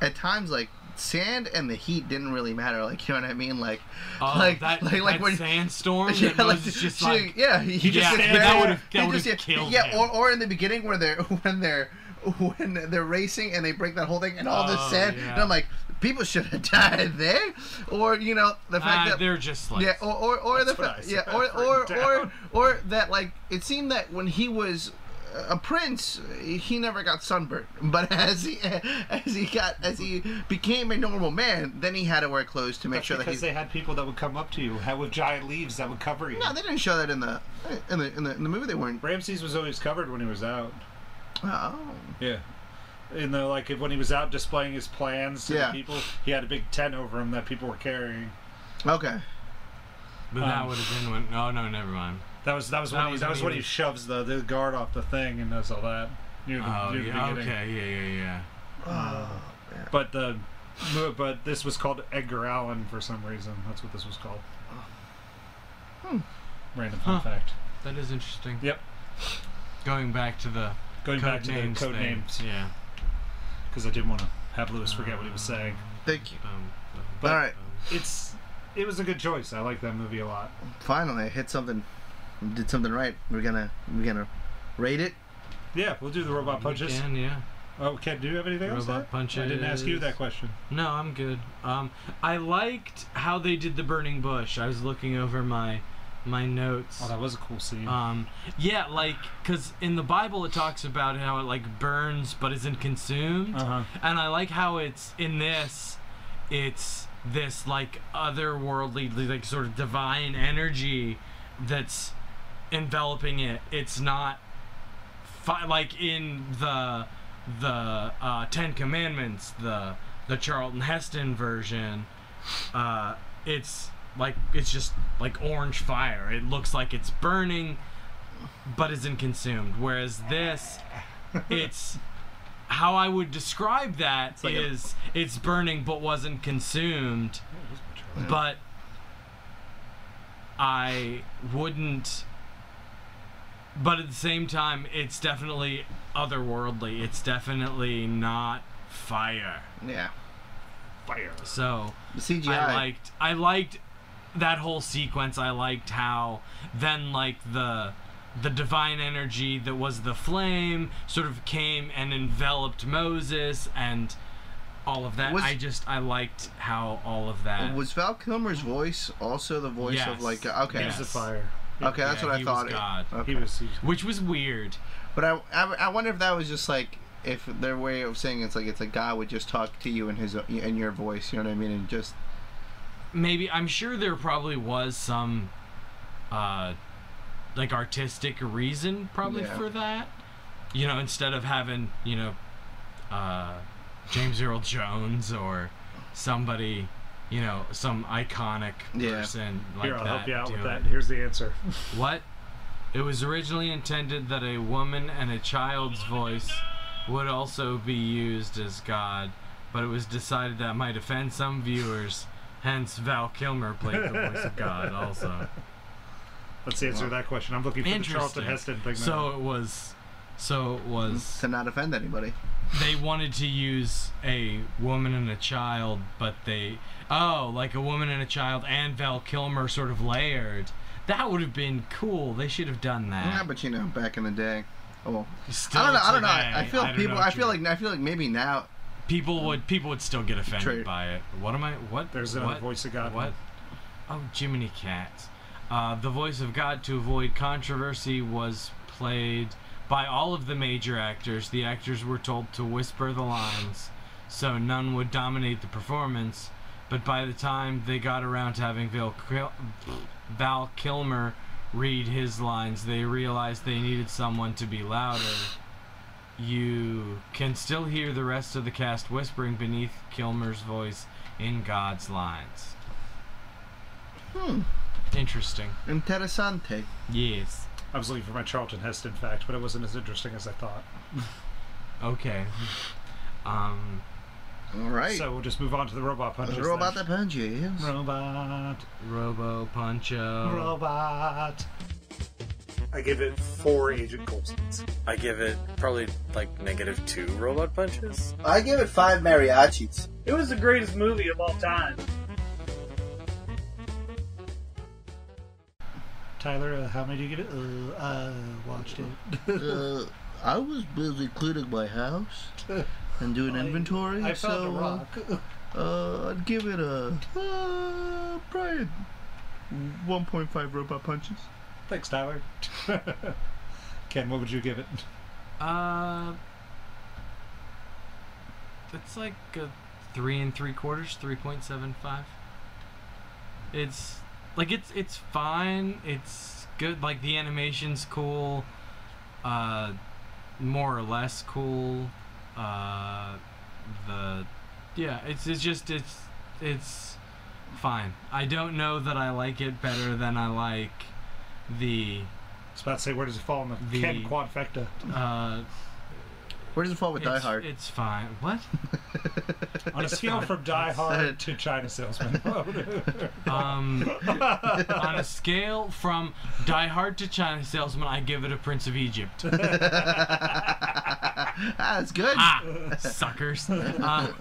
B: at times like sand and the heat didn't really matter. Like you know what I mean? Like
C: Oh,
B: like
C: that,
B: like like
C: that
B: when.
C: sandstorm
B: Yeah,
C: that
B: like,
C: Moses just
B: she-
C: like
B: yeah, he
C: just
B: just
C: said
B: gets
C: that
B: mad.
C: would've- that
B: He just-
C: would've killed
B: yeah,
C: him.
B: or or in the beginning where they're when they're when they're racing and they break that whole thing and all this
C: Oh,
B: sand.
C: yeah.
B: And I'm like, people should have died there, or you know, the fact
C: Ah,
B: that
C: they're just like
B: yeah, or or, or the
A: That's what
B: fa-
A: I said.
B: yeah, or
A: I've
B: or,
A: written
B: or
A: down.
B: or that like it seemed that when he was a prince, he never got sunburned. But as he as he got as he became a normal man, then he had to wear clothes to make
A: That's
B: sure that
A: because
B: he's.
A: they had people that would come up to you ha- with giant leaves that would cover you.
B: No, they didn't show that in the in the in the, in the movie. They weren't.
A: Ramses was always covered when he was out.
B: Oh,
A: Yeah. In the like when he was out displaying his plans to
B: Yeah.
A: the people, he had a big tent over him that people were carrying.
B: okay.
C: But that
A: Um,
C: would have been when. No, no, never mind.
A: That was that was when
C: That
A: he,
C: was
A: that
C: when
A: was
C: he
A: when he
C: was-
A: shoves the, the guard off the thing and does all that. Near the,
C: Oh,
A: near the
C: yeah,
A: beginning.
C: okay, yeah, yeah, yeah.
B: Oh,
A: But the mo- but this was called Edgar Allan for some reason. That's what this was called. Random fun
C: Huh.
A: fact.
C: That is interesting.
A: Yep.
C: Going back to the
A: Going
C: code
A: back to the
C: names
A: code
C: thing.
A: names
C: Yeah.
A: because I didn't want to have Lewis forget what he
C: Oh.
A: was saying.
B: thank you.
C: Boom, boom,
A: But
B: All right,
C: boom.
A: it's it was a good choice. I like that movie a lot.
B: finally I hit something. Did something right. We're gonna we're gonna rate it.
A: Yeah, we'll do the robot
C: You
A: punches.
C: can, yeah.
A: Oh, Ken, do you have anything else? to
C: Robot
A: add? I didn't ask you
C: punches.
A: that question.
C: No, I'm good. Um, I liked how they did the burning bush. I was looking over my my notes.
A: Oh, that was a cool scene.
C: Um, yeah, like, cause in the Bible it talks about how it like burns but isn't consumed,
A: Uh-huh.
C: and I like how it's in this, it's this like otherworldly, like sort of divine energy that's enveloping it. It's not fi- like in the the uh, Ten Commandments, the the Charlton Heston version. Uh, it's like it's just like orange fire. It looks like it's burning, but isn't consumed. Whereas this, it's how I would describe that is
B: like a- Oh,
C: it's burning but wasn't consumed but I wouldn't. But at the same time, it's definitely otherworldly. It's definitely not fire.
B: Yeah,
A: Fire.
C: So
B: the CGI.
C: I liked. I liked that whole sequence. I liked how then like the the divine energy that was the flame sort of came and enveloped Moses and all of that.
B: Was-
C: I just I liked how all of that
B: Was Val Kilmer's voice also the voice of
C: Yes.
B: like uh, okay,
A: He
C: Yes.
A: was the fire.
B: okay, that's
C: Yeah,
B: what I
C: he was
B: thought.
C: God.
B: Okay.
A: He was. He,
C: which was weird.
B: But I, I, I wonder if that was just like if their way of saying it's like it's like God would just talk to you in his in your voice, you know what I mean, and just
C: maybe I'm sure there probably was some uh like artistic reason probably
B: Yeah.
C: for that. You know, instead of having, you know, uh James Earl Jones or somebody, you know, some iconic
B: Yeah.
C: person like
A: here, I'll
C: that.
A: help you out with
C: do
A: that.
C: it.
A: Here's the answer.
C: What? It was originally intended that a woman and a child's voice would also be used as God, but it was decided that might offend some viewers. Hence, Val Kilmer played the voice of God also.
A: Let's answer that question. I'm looking for the Charlton
C: Interesting.
A: Heston thing.
C: So it was. So it was.
B: to not offend anybody.
C: They wanted to use a woman and a child, but they. Oh, like a woman and a child and Val Kilmer sort of layered. That would have been cool. They should have done that.
B: Yeah, but you know, back in the day, oh,
C: Still
B: I don't know, I don't know. I, I
C: today,
B: feel
C: don't
B: people,
C: know
B: I
C: what
B: feel
C: you-
B: like I feel like maybe now,
C: people would people would still get offended
B: True.
C: by it. What am I? What?
A: There's
C: what,
A: another voice of God.
C: What? Oh, Jiminy Cats. Uh, the voice of God to avoid controversy was played by all of the major actors. The actors were told to whisper the lines, so none would dominate the performance. But by the time they got around to having Val, Kil- Val Kilmer read his lines, they realized they needed someone to be louder. You can still hear the rest of the cast whispering beneath Kilmer's voice in God's lines.
B: hmm,
C: Interesting.
B: interessante.
C: Yes.
A: I was looking for my Charlton Heston fact, but it wasn't as interesting as I thought.
C: Okay. Um,
B: All right,
A: So we'll just move on to the robot punches.
B: the robot
A: then.
B: that punched you. yes.
A: Robot.
C: Robo Puncho.
A: Robot. I give it four Agent Coulsons.
D: I give it probably like negative two robot punches.
B: I give it five mariachis.
E: It was the greatest movie of all time.
A: Tyler, uh, how many do you give it? Uh, I watched it.
B: uh, I was busy cleaning my house and doing inventory,
A: I found
B: so
A: a
B: uh,
A: rock.
B: Uh, I'd give it a uh, probably 1.5 robot punches.
A: Thanks, Tyler. Ken, what would you give it?
C: Uh, it's like a three and three quarters, three point seven five. It's like it's it's fine. It's good. Like the animation's cool. Uh, more or less cool. Uh, the yeah. It's it's just it's it's fine. I don't know that I like it better than I like the
A: I was about to say, where does it fall in the,
C: The-
A: Ken quadfecta?
C: uh.
B: Where does it fall with Die
C: it's-
B: Hard?
C: It's fine. What?
A: On a scale from Die Hard to China Salesman. Oh,
C: Um, on a scale from Die Hard to China Salesman, I give it a Prince of Egypt.
B: That's good.
C: Ah, suckers. Uh,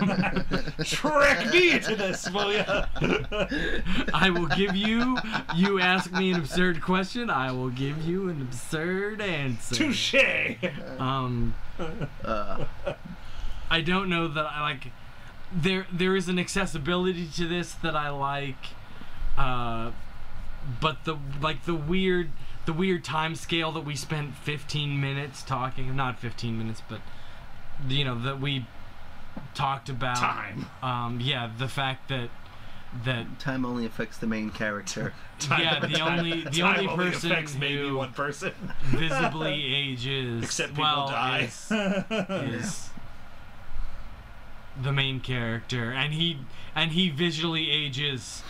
A: Trick me into this, will ya?
C: I will give you. You ask me an absurd question. I will give you an absurd answer.
A: Touche.
C: Um,
B: Uh,
C: I don't know that I like. There, there is an accessibility to this that I like, uh, but the like the weird, the weird time scale that we spent 15 minutes talking—not 15 minutes, but you know that we talked about.
A: Time.
C: Um, yeah, the fact that that
B: time only affects the main character.
C: yeah, the only the
A: Time
C: only person
A: affects
C: who
A: maybe one person.
C: visibly ages
A: Except people
C: well,
A: die.
C: is- is the main character and he and he visually ages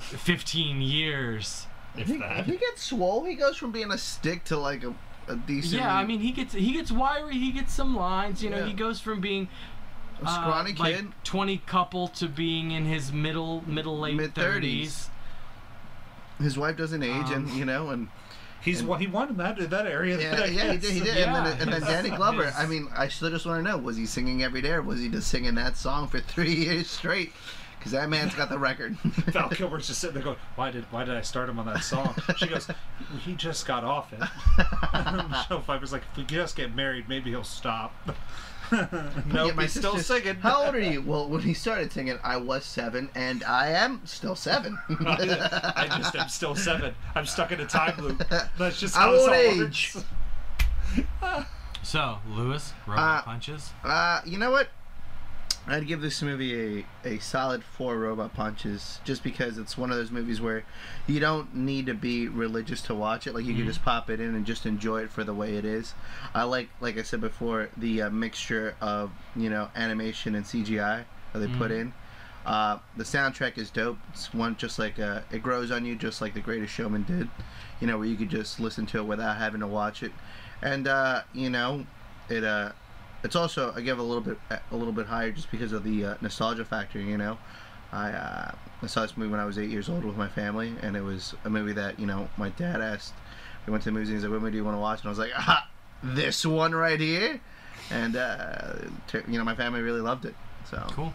C: 15 years
A: if
B: He,
A: that.
B: he gets swole. He goes from being a stick to like a, a decent.
C: yeah i mean he gets he gets wiry he gets some lines you know
B: Yeah.
C: he goes from being
B: a
C: uh,
B: scrawny
C: like
B: kid.
C: 20 couple to being in his middle middle late
B: Mid-thirties.
C: 30s
B: His wife doesn't age, and
C: um,
B: you know, and
A: He's wa- he won in that in that area.
B: yeah, yeah, he did, he did. and
C: Yeah,
B: then, and then
C: his-
B: Danny Glover.
C: his-
B: I mean, I still just want to know: was he singing every day, or was he just singing that song for three years straight? Because that man's got the record.
A: Val Kilmer's just sitting there going, "Why did why did I start him on that song?" She goes, "He just got off it." Michelle Pfeiffer's like, "If we just get married, maybe he'll stop." no,
B: Yeah, my
A: he's still
B: sister's-
A: singing.
B: How old are you? Well, when he started singing, I was seven, and I am still seven.
A: I just am still seven. I'm stuck in a time loop. That's just
B: I
A: how this
B: won't
A: all
B: age.
A: works.
C: so lewis robot
B: Uh,
C: punches
B: Uh, you know what? I'd give this movie a, a solid four robot punches just because it's one of those movies where you don't need to be religious to watch it. Like, you can just pop it in and just enjoy it for the way it is. I like, like I said before, the uh, mixture of, you know, animation and CGI that they put in. Uh, the soundtrack is dope. It's one just like, uh, it grows on you just like The Greatest Showman did, you know, where you could just listen to it without having to watch it. And, uh, you know, it, uh, it's also I give a little bit a little bit higher just because of the uh, nostalgia factor. You know, I uh, I saw this movie when I was eight years old with my family, and it was a movie that you know my dad asked. We went to the movies and he's like, "What movie do you want to watch?" And I was like, "Ah, this one right here," and uh, t- you know my family really loved it. So
C: cool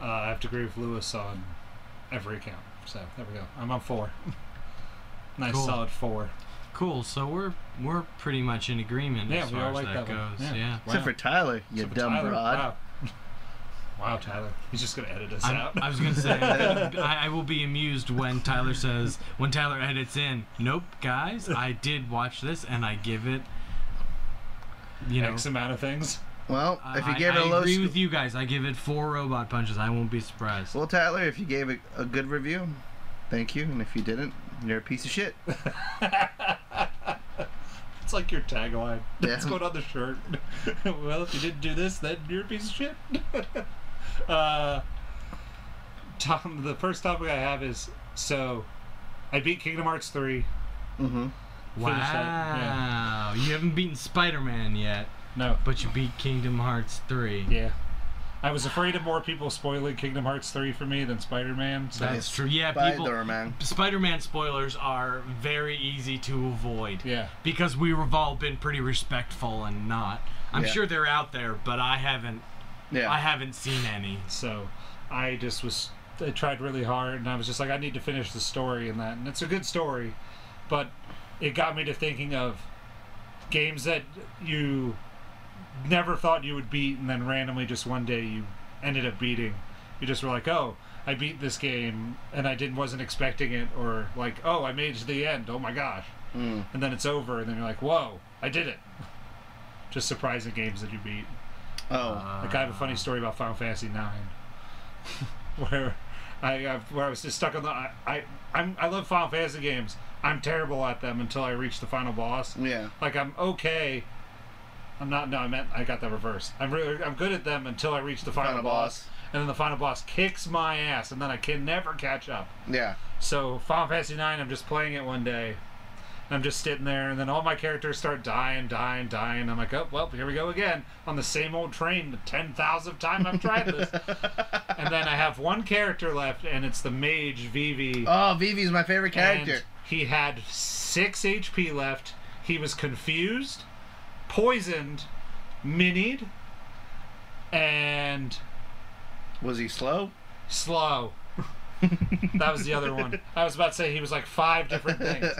A: Uh, I have to agree with Lewis on every account. So there we go. I'm on four. nice
C: Cool.
A: solid four.
C: cool so we're we're pretty much in agreement
A: Yeah,
C: as
A: we
C: far
A: all
C: as
A: like
C: that,
A: that, one.
C: goes yeah.
B: except for Tyler, you
A: Except for
B: dumb
A: Tyler.
B: broad.
A: Wow. Wow, Tyler. He's just gonna edit us
C: I'm,
A: out.
C: I was gonna say I, I will be amused when Tyler says when Tyler edits in. Nope, guys, I did watch this and I give it. You know,
A: X amount of things.
B: Well,
C: I-
B: if you gave
C: I,
B: it a
C: I
B: low,
C: agree
B: sc-
C: with you guys. I give it four robot punches. I won't be surprised.
B: well, Tyler, if you gave it a good review, thank you, and if you didn't, you're a piece of shit.
A: It's like your tagline.
B: Yeah.
A: It's going on the shirt. well, if you didn't do this, then you're a piece of shit. uh, Tom, the first topic I have is so I beat Kingdom Hearts 3.
B: hmm
C: wow,
A: finish that, yeah.
C: you haven't beaten Spider-Man yet,
A: No.
C: but you beat Kingdom Hearts three.
A: Yeah. I was afraid of more people spoiling Kingdom Hearts 3 for me than Spider Man. So,
C: That's true. Yeah, people.
B: Spider-Man.
C: Spider-Man spoilers are very easy to avoid.
A: yeah.
C: because we've all been pretty respectful and not. I'm
B: Yeah.
C: sure they're out there, but I haven't.
B: Yeah.
C: I haven't seen any.
A: So I just was I tried really hard and I was just like I need to finish the story and that and it's a good story, but it got me to thinking of games that you never thought you would beat, and then randomly just one day you ended up beating. You just were like, oh, I beat this game, and I didn't wasn't expecting it, or like, oh, I made it to the end. Oh my gosh!
B: Mm.
A: And then it's over, and then you're like, whoa, I did it. Just surprising games that you beat.
C: Uh,
B: Oh,
A: Like I have a funny story about Final Fantasy Nine, where I uh, where I was just stuck on the I I I'm, I love Final Fantasy games. I'm terrible at them until I reach the final boss.
B: yeah.
A: Like I'm okay. I'm not. No, I meant I got that reversed. I'm really I'm good at them until I reach the final,
B: Final
A: boss,
B: boss.
A: and then the final boss kicks my ass, and then I can never catch up.
B: Yeah.
A: So Final Fantasy Nine, I'm just playing it one day. And I'm just sitting there, and then all my characters start dying, dying, dying. I'm like, oh well, here we go again on the same old train. The ten thousandth time I've tried this, and then I have one character left, and it's the mage Vivi.
B: Oh, Vivi's my favorite character.
A: And he had six HP left. He was confused, poisoned, minied, and
B: Was he slow?
A: slow. that was the other one. I was about to say he was like five different things.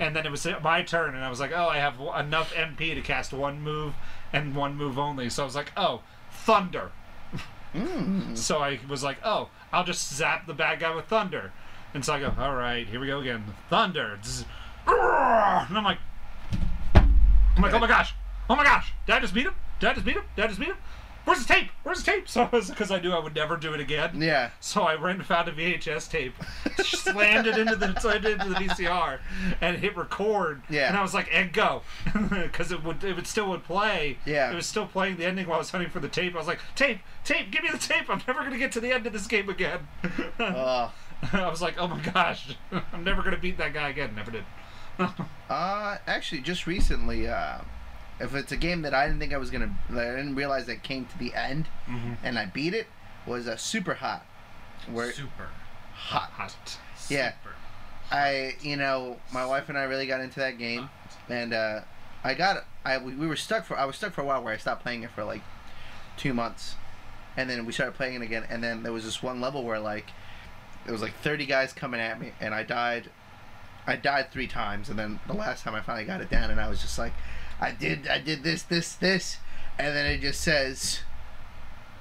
A: And then it was my turn, and I was like, oh, I have w- enough MP to cast one move and one move only. So I was like, oh, thunder. So I was like, oh, I'll just zap the bad guy with thunder. And so I go, all right, here we go again. Thunder. Zzz. And I'm like, I'm like, oh my gosh, oh my gosh, did I just beat him? Did I just beat him? Did I just beat him? Where's the tape? Where's the tape? So I was because I knew I would never do it again.
B: Yeah.
A: So I went and found a VHS tape, slammed it into the slammed it into the VCR, and hit record.
B: Yeah.
A: And I was like, and go, because it would it would still would play.
B: Yeah.
A: It was still playing the ending while I was hunting for the tape. I was like, tape, tape, give me the tape. I'm never gonna get to the end of this game again.
B: Oh.
A: I was like, oh my gosh, I'm never gonna beat that guy again. Never did.
B: Uh, actually, just recently, uh, if it's a game that I didn't think I was gonna, that I didn't realize that came to the end, and I beat it, was uh, super hot. Where
C: Super.
B: hot.
A: Hot.
B: Yeah.
C: Super.
B: I, you know, my wife and I really got into that game, and uh, I got, I we we were stuck for, I was stuck for a while where I stopped playing it for like two months, and then we started playing it again, and then there was this one level where like there was like thirty guys coming at me, and I died, I died three times, and then the last time I finally got it down, and I was just like, I did, I did this, this, this, and then it just says.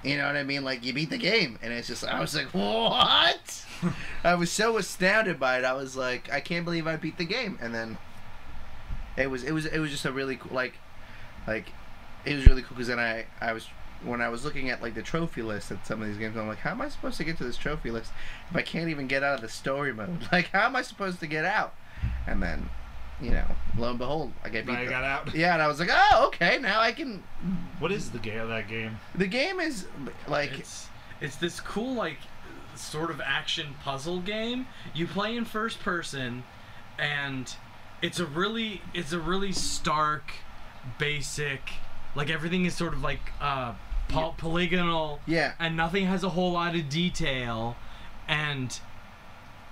B: You know what I mean? Like you beat the game, and it's just I was like, what? I was so astounded by it. I was like, I can't believe I beat the game. And then it was it was it was just a really cool like like it was really cool because then I I was when I was looking at like the trophy list at some of these games, I'm like, how am I supposed to get to this trophy list if I can't even get out of the story mode? Like, how am I supposed to get out? And then, you know, lo and behold, I get beat.
A: I
B: the-
A: got out.
B: yeah, and I was like, oh, okay, now I can.
A: What is the game? That game?
B: The game is like
C: It's it's this cool like sort of action puzzle game. You play in first person and it's a really it's a really stark basic like everything is sort of like uh pol- polygonal
B: Yeah.
C: and nothing has a whole lot of detail and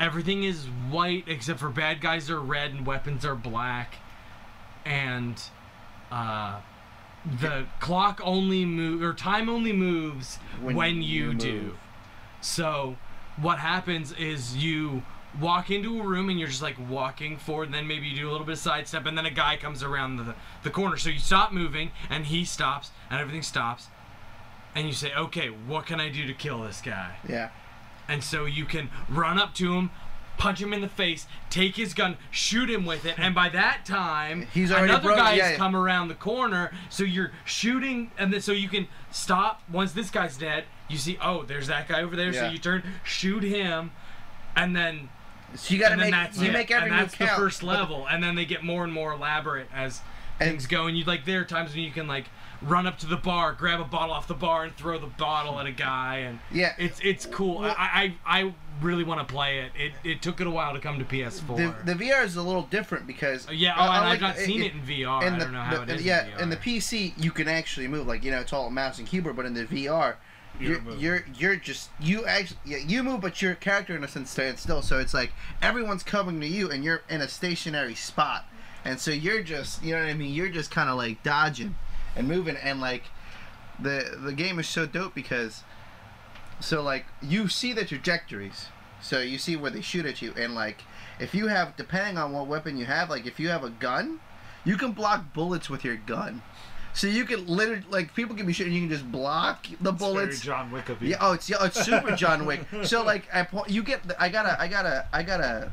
C: everything is white except for bad guys are red and weapons are black and uh the clock only move or time only moves when,
B: When
C: you,
B: you
C: do.
B: move.
C: So what happens is you walk into a room and you're just like walking forward and then maybe you do a little bit of sidestep and then a guy comes around the, the corner so you stop moving and he stops and everything stops and you say okay what can i do to kill this guy
B: yeah.
C: and so you can run up to him punch him in the face take his gun shoot him with it and by that time
B: He's already
C: another
B: broke-
C: guy
B: yeah,
C: has
B: yeah.
C: come around the corner so you're shooting and then so you can stop once this guy's dead you see oh there's that guy over there so
B: Yeah.
C: you turn shoot him and then
B: So you gotta
C: and then
B: make
C: that's
B: you
C: it.
B: make every
C: and that's
B: move
C: the
B: count.
C: first level and then they get more and more elaborate as
B: And-
C: things go and you like there are times when you can like run up to the bar grab a bottle off the bar and throw the bottle at a guy and
B: Yeah.
C: it's it's cool I, I i really want to play it. it it took it a while to come to ps4
B: the, the VR is a little different because
C: yeah oh,
B: I- I
C: and
B: like-
C: i've not seen it in vr
B: in
C: i
B: the-
C: don't know how
B: the-
C: it is
B: yeah,
C: in, VR.
B: in the PC you can actually move like you know it's all mouse and keyboard, but in the VR
A: You're
B: you're
A: moving.
B: you're you're just you actually yeah, you move, but your character in a sense stands still. So it's like everyone's coming to you, and you're in a stationary spot, and so you're just you know what I mean. You're just kind of like dodging and moving, and like the the game is so dope because so like you see the trajectories so you see where they shoot at you and like if you have depending on what weapon you have like if you have a gun You can block bullets with your gun. So you can literally, like, people can be shooting, you can just block the
A: Very
B: bullets.
A: John Wick of you.
B: Yeah, oh, it's yeah, oh, it's super John Wick. So like, I po- you get, the, I got a, I got a, I got a,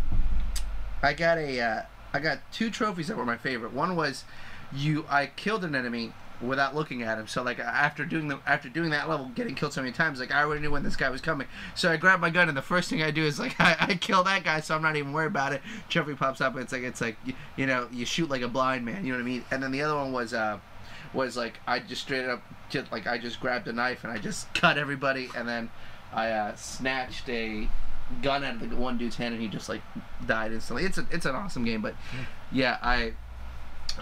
B: I got a, uh, I got two trophies that were my favorite. One was, you, I killed an enemy without looking at him. So like, after doing the, after doing that level, getting killed so many times, like I already knew when this guy was coming. So I grab my gun and the first thing I do is like, I, I kill that guy, so I'm not even worried about it. Trophy pops up. And it's like, it's like, you, you know, you shoot like a blind man. You know what I mean? And then the other one was. uh was like I just straight up just like I just grabbed a knife and I just cut everybody and then I uh, snatched a gun out of the one dude's hand and he just like died instantly. It's a, it's an awesome game, but
C: Hmm.
B: yeah, I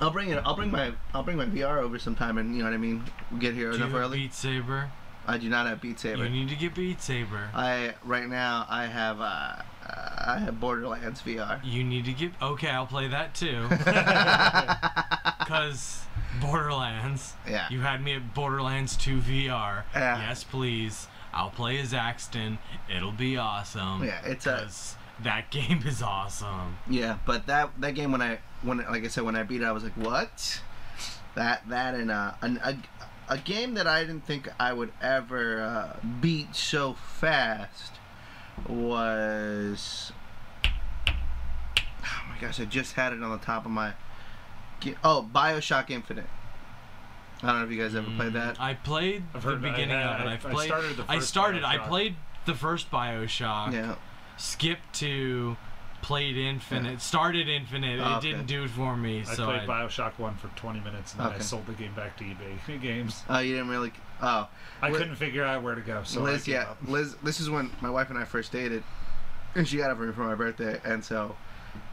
B: I'll bring it. I'll bring my I'll bring my VR over sometime and you know what I mean. We'll get here
C: Do you
B: enough
C: have
B: early.
C: Beat Saber?
B: I do not have Beat Saber.
C: You need to get Beat Saber.
B: I right now I have uh, uh, I have Borderlands VR.
C: You need to get. Okay, I'll play that too. Cause Borderlands.
B: Yeah.
C: You had me at Borderlands 2 VR.
B: Yeah.
C: Yes, please. I'll play as Axton. It'll be awesome.
B: Yeah, it's a-
C: 'Cause that game is awesome.
B: Yeah, but that that game when I when like I said when I beat it, I was like, what? That that and uh, an, a a game that I didn't think I would ever uh, beat so fast was. Oh my gosh! I just had it on the top of my. ge- Oh, Bioshock Infinite. I don't know if you guys ever played that.
C: Mm-hmm. I played
A: I've
C: the
A: heard about it.
C: beginning
A: Yeah,
C: of it.
A: I-
C: I've
A: I
C: played.
A: started the
C: I
A: first
C: started. I
A: Bioshock.
C: played the first Bioshock.
B: Yeah.
C: Skipped to. Played Infinite. Started Infinite.
B: Oh,
C: it
B: okay.
C: didn't do it for me.
A: I
C: so
A: played
C: I,
A: Bioshock 1 for 20 minutes and then I
B: Okay.
A: sold the game back to eBay Games.
B: Oh, you didn't really. Oh,
A: I
B: What-
A: couldn't figure out where to go, so I
B: Liz,
A: gave
B: yeah,
A: up.
B: Liz. This is when my wife and I first dated, and she got it for me for my birthday, and so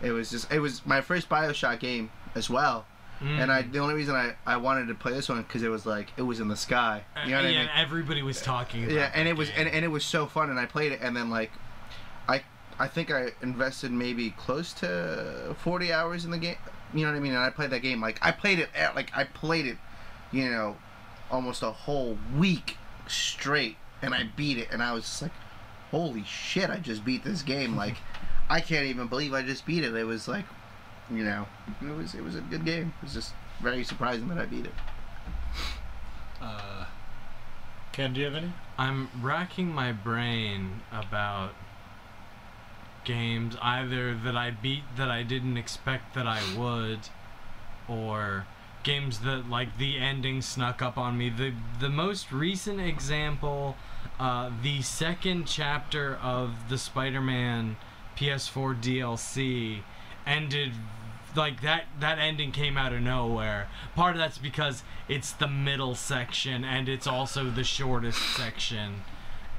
B: it was just it was my first Bioshock game as well. And I
A: Mm-hmm.
B: the only reason I I wanted to play this one because it was like it was in the sky. You know what
C: yeah,
B: I mean?
C: everybody was talking. About
B: yeah and
C: that
B: it was
C: game.
B: and, and it was so fun and i played it and then like i i think i invested maybe close to 40 hours in the game you know what i mean and i played that game like i played it at, like i played it you know almost a whole week straight and i beat it and i was just like holy shit i just beat this game like i can't even believe i just beat it it was like you know it was it was a good game it was just very surprising that i beat it
A: Uh, Ken, do you have any?
C: I'm racking my brain about games either that I beat that I didn't expect that I would or games that like the ending snuck up on me. The the most recent example uh, the second chapter of the Spider-Man PS4 DLC ended like that that ending came out of nowhere. Part of that's because it's the middle section and it's also the shortest section.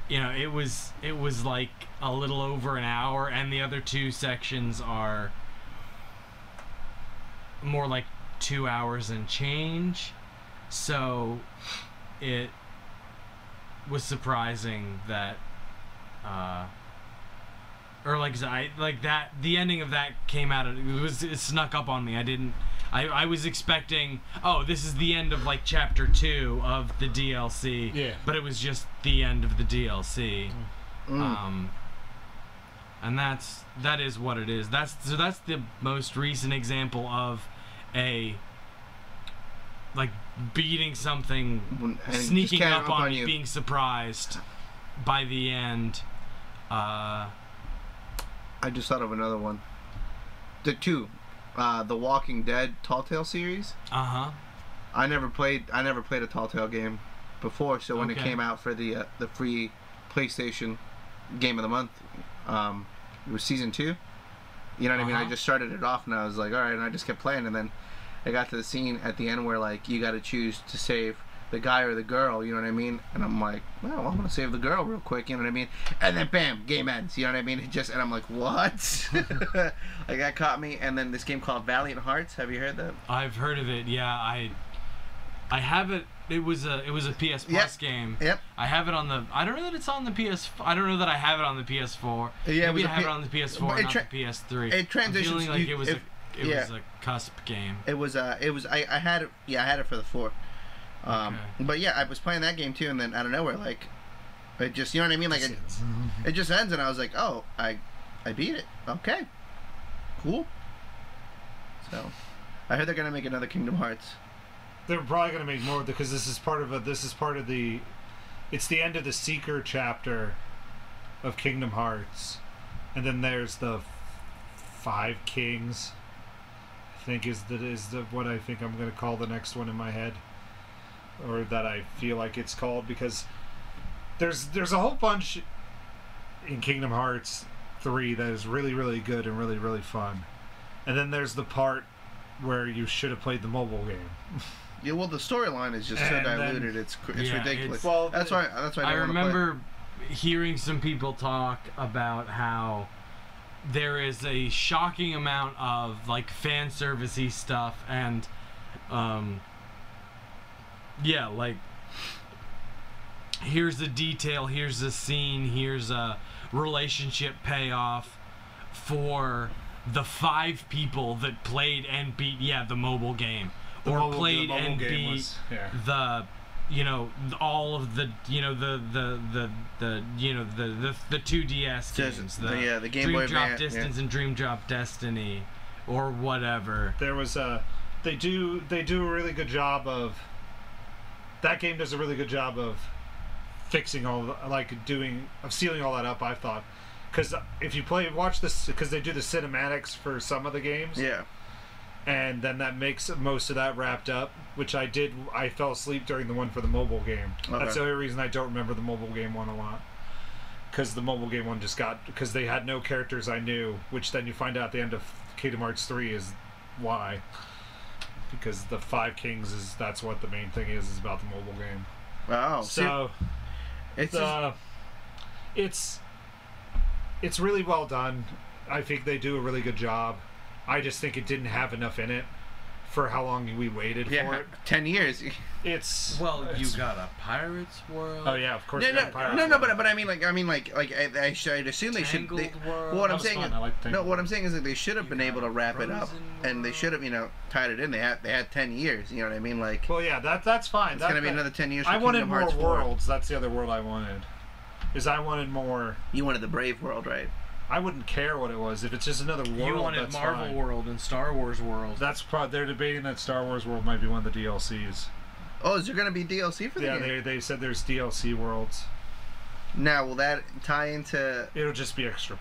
C: You know, it was it was like a little over an hour and the other two sections are more like 2 hours and change. So it was surprising that uh or like I like that the ending of that came out of, it was it snuck up on me. I didn't I, I was expecting oh this is the end of like chapter 2 of the DLC.
A: Yeah.
C: But it was just the end of the DLC. Um and that's that is what it is. That's so that's the most recent example of a like beating something
B: When- and it just
C: sneaking
B: came
C: up, on you, being surprised by the end. Uh,
B: I just thought of another one. The two, uh, the Walking Dead Tall Tale series.
C: uh huh.
B: I never played. I never played a Tall Tale game before. So when it
C: Okay.
B: came out for the uh, the free PlayStation Game of the Month, um, it was season two. You know what I mean?
C: Uh-huh.
B: I just started it off, and I was like, all right, and I just kept playing, and then I got to the scene at the end where like you got to choose to save the guy or the girl. You know what I mean? And I'm like, well, I'm gonna save the girl real quick. You know what I mean? And then bam, game ends. You know what I mean? It just and I'm like, what? like that caught me. And then this game called Valiant Hearts. Have you heard that?
C: I've heard of it. Yeah, I, I have it. It was a it was a PS
B: Yep.
C: Plus game.
B: Yep.
C: I have it on the. I don't know that it's on the PS. I don't know that I have it on the PS4.
B: Yeah, it was
C: Maybe I
B: a
C: have
B: P-
C: it on the PS4,
B: it
C: not
B: tra-
C: the PS3.
B: it transitions-
C: I'm feeling like
B: you-
C: it was
B: if-
C: a it
B: yeah.
C: was a cusp game.
B: It was uh it was I, I had it yeah, I had it for the four. Um
C: Okay.
B: but yeah, I was playing that game too and then out of nowhere like it just you know what I mean? Like it, it just ends and I was like, Oh, I I beat it. Okay. Cool. So I heard they're gonna make another Kingdom Hearts.
A: They're probably going to make more because this is part of a. This is part of the. It's the end of the Seeker chapter of Kingdom Hearts, and then there's the Five Kings. I think is that is the what I think I'm going to call the next one in my head, or that I feel like it's called because there's there's a whole bunch in Kingdom Hearts three that is really really good and really really fun, and then there's the part where you should have played the mobile game.
B: Yeah, well, the storyline is just so
A: And then-
B: diluted. it's cr- it's
C: Yeah,
B: ridiculous.
C: it's-
A: Well,
B: that's why that's why I,
C: I
B: don't wanna play it.
C: remember hearing some people talk about how there is a shocking amount of like fan servicey stuff and um yeah like here's a detail here's a scene here's a relationship payoff for the five people that played and beat yeah the mobile game
A: The
C: or
A: mobile- the
C: played
A: mobile
C: and
A: game
C: beat
A: was- yeah.
C: the you know all of the you know the the the, the you know the the the two DS
B: Just-
C: games
B: the- yeah, the Game
C: Dream
B: Boy
C: Drop
B: Advance, yeah.
C: Distance and Dream Drop Destiny or whatever
A: there was a they do they do a really good job of that game does a really good job of fixing all the- like doing of sealing all that up i thought because if you play watch this because they do the cinematics for some of the games
B: Yeah,
A: and then that makes most of that wrapped up which i did i fell asleep during the one for the mobile game
B: Okay.
A: that's the only reason i don't remember the mobile game one a lot because the mobile game one just got because they had no characters i knew which then you find out at the end of kingdom hearts 3 is why because the five kings is that's what the main thing is is about the mobile game
B: wow.
A: so
B: See, it's just-
A: uh, it's it's really well done. I think they do a really good job. I just think it didn't have enough in it for how long we waited for
B: yeah,
A: it.
B: ten years.
A: It's it's-
C: got a pirate's world
A: Oh yeah, of course.
B: No, no,
A: Vampire
B: no, no,
A: Hunter.
B: but but I mean like I mean like like I, I should I'd assume they should. They,
C: Tangled World.
B: well, what
A: That
B: I'm
A: was
B: saying
A: fun.
B: is,
A: I liked
B: no,
A: Tangled.
B: what I'm saying is that they should have been
C: got
B: able to wrap it up,
C: Frozen
B: and they should have you know tied it in. They had they had ten years. You know what I mean? Like
A: Well, yeah, that that's fine.
B: it's gonna be another ten years. For
A: I wanted
B: Kingdom
A: more
B: Hearts 4.
A: worlds. That's the other world I wanted. Is I wanted more.
B: You wanted the Brave World, right?
A: I wouldn't care what it was if it's just another world.
F: You wanted
A: that's
F: Marvel
A: fine.
F: World and Star Wars World.
A: That's pro- they're debating that Star Wars world might be one of the DLCs.
B: Oh, is there gonna be DLC for the
A: Yeah,
B: game?
A: they they said there's DLC worlds.
B: Now will that tie into?
A: it'll just be extra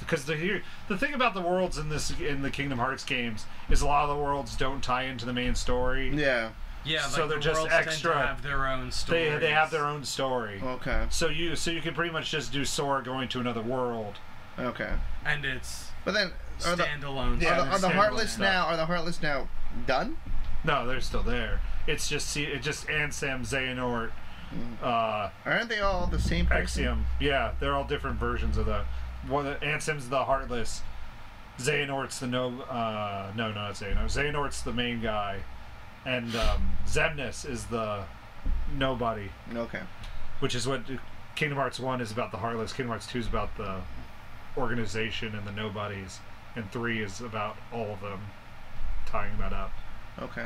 A: because the here the thing about the worlds in this in the Kingdom Hearts games is a lot of the worlds don't tie into the main story.
B: Yeah.
F: yeah,
A: so
F: like
A: they're
F: the
A: just
F: worlds tend to
A: extra.
F: have their own story.
A: They they have their own story.
B: Okay.
A: So you so you can pretty much just do Sora going to another world.
B: Okay.
F: and it's
B: But then are the, are
F: standalone.
B: the,
A: Yeah,
B: are the
A: standalone
B: Heartless
A: stuff.
B: now? Are the Heartless now done?
A: No, they're still there. It's just see it just Ansem, Xehanort, uh,
B: Aren't they all the same person?
A: Axiom. Yeah, they're all different versions of that. One of the, Ansem's the Heartless. Xehanort's the no uh no no not Xehanort. Xehanort's the main guy. And um Xemnas is the nobody.
B: Okay.
A: which is what Kingdom Hearts One is about the Heartless. Kingdom Hearts Two is about the organization and the nobodies, and three is about all of them tying that up.
B: Okay.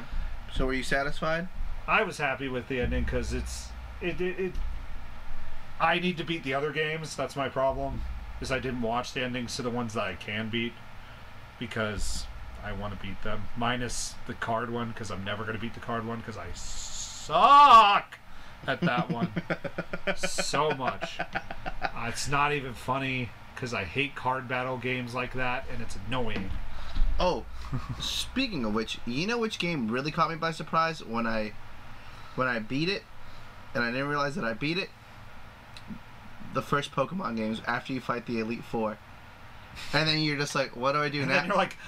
B: So were you satisfied?
A: I was happy with the ending because it's it, it it. I need to beat the other games. That's my problem, is I didn't watch the endings to the ones that I can beat, because I want to beat them. Minus the card one because I'm never going to beat the card one because I suck at that one. so much. Uh, it's not even funny because I hate card battle games like that, and it's annoying.
B: Oh, speaking of which, you know which game really caught me by surprise when I when I beat it, and I didn't realize that I beat it. The first Pokemon games after you fight the Elite Four, and then you're just like, what do I do
A: And
B: now?
A: then you're like,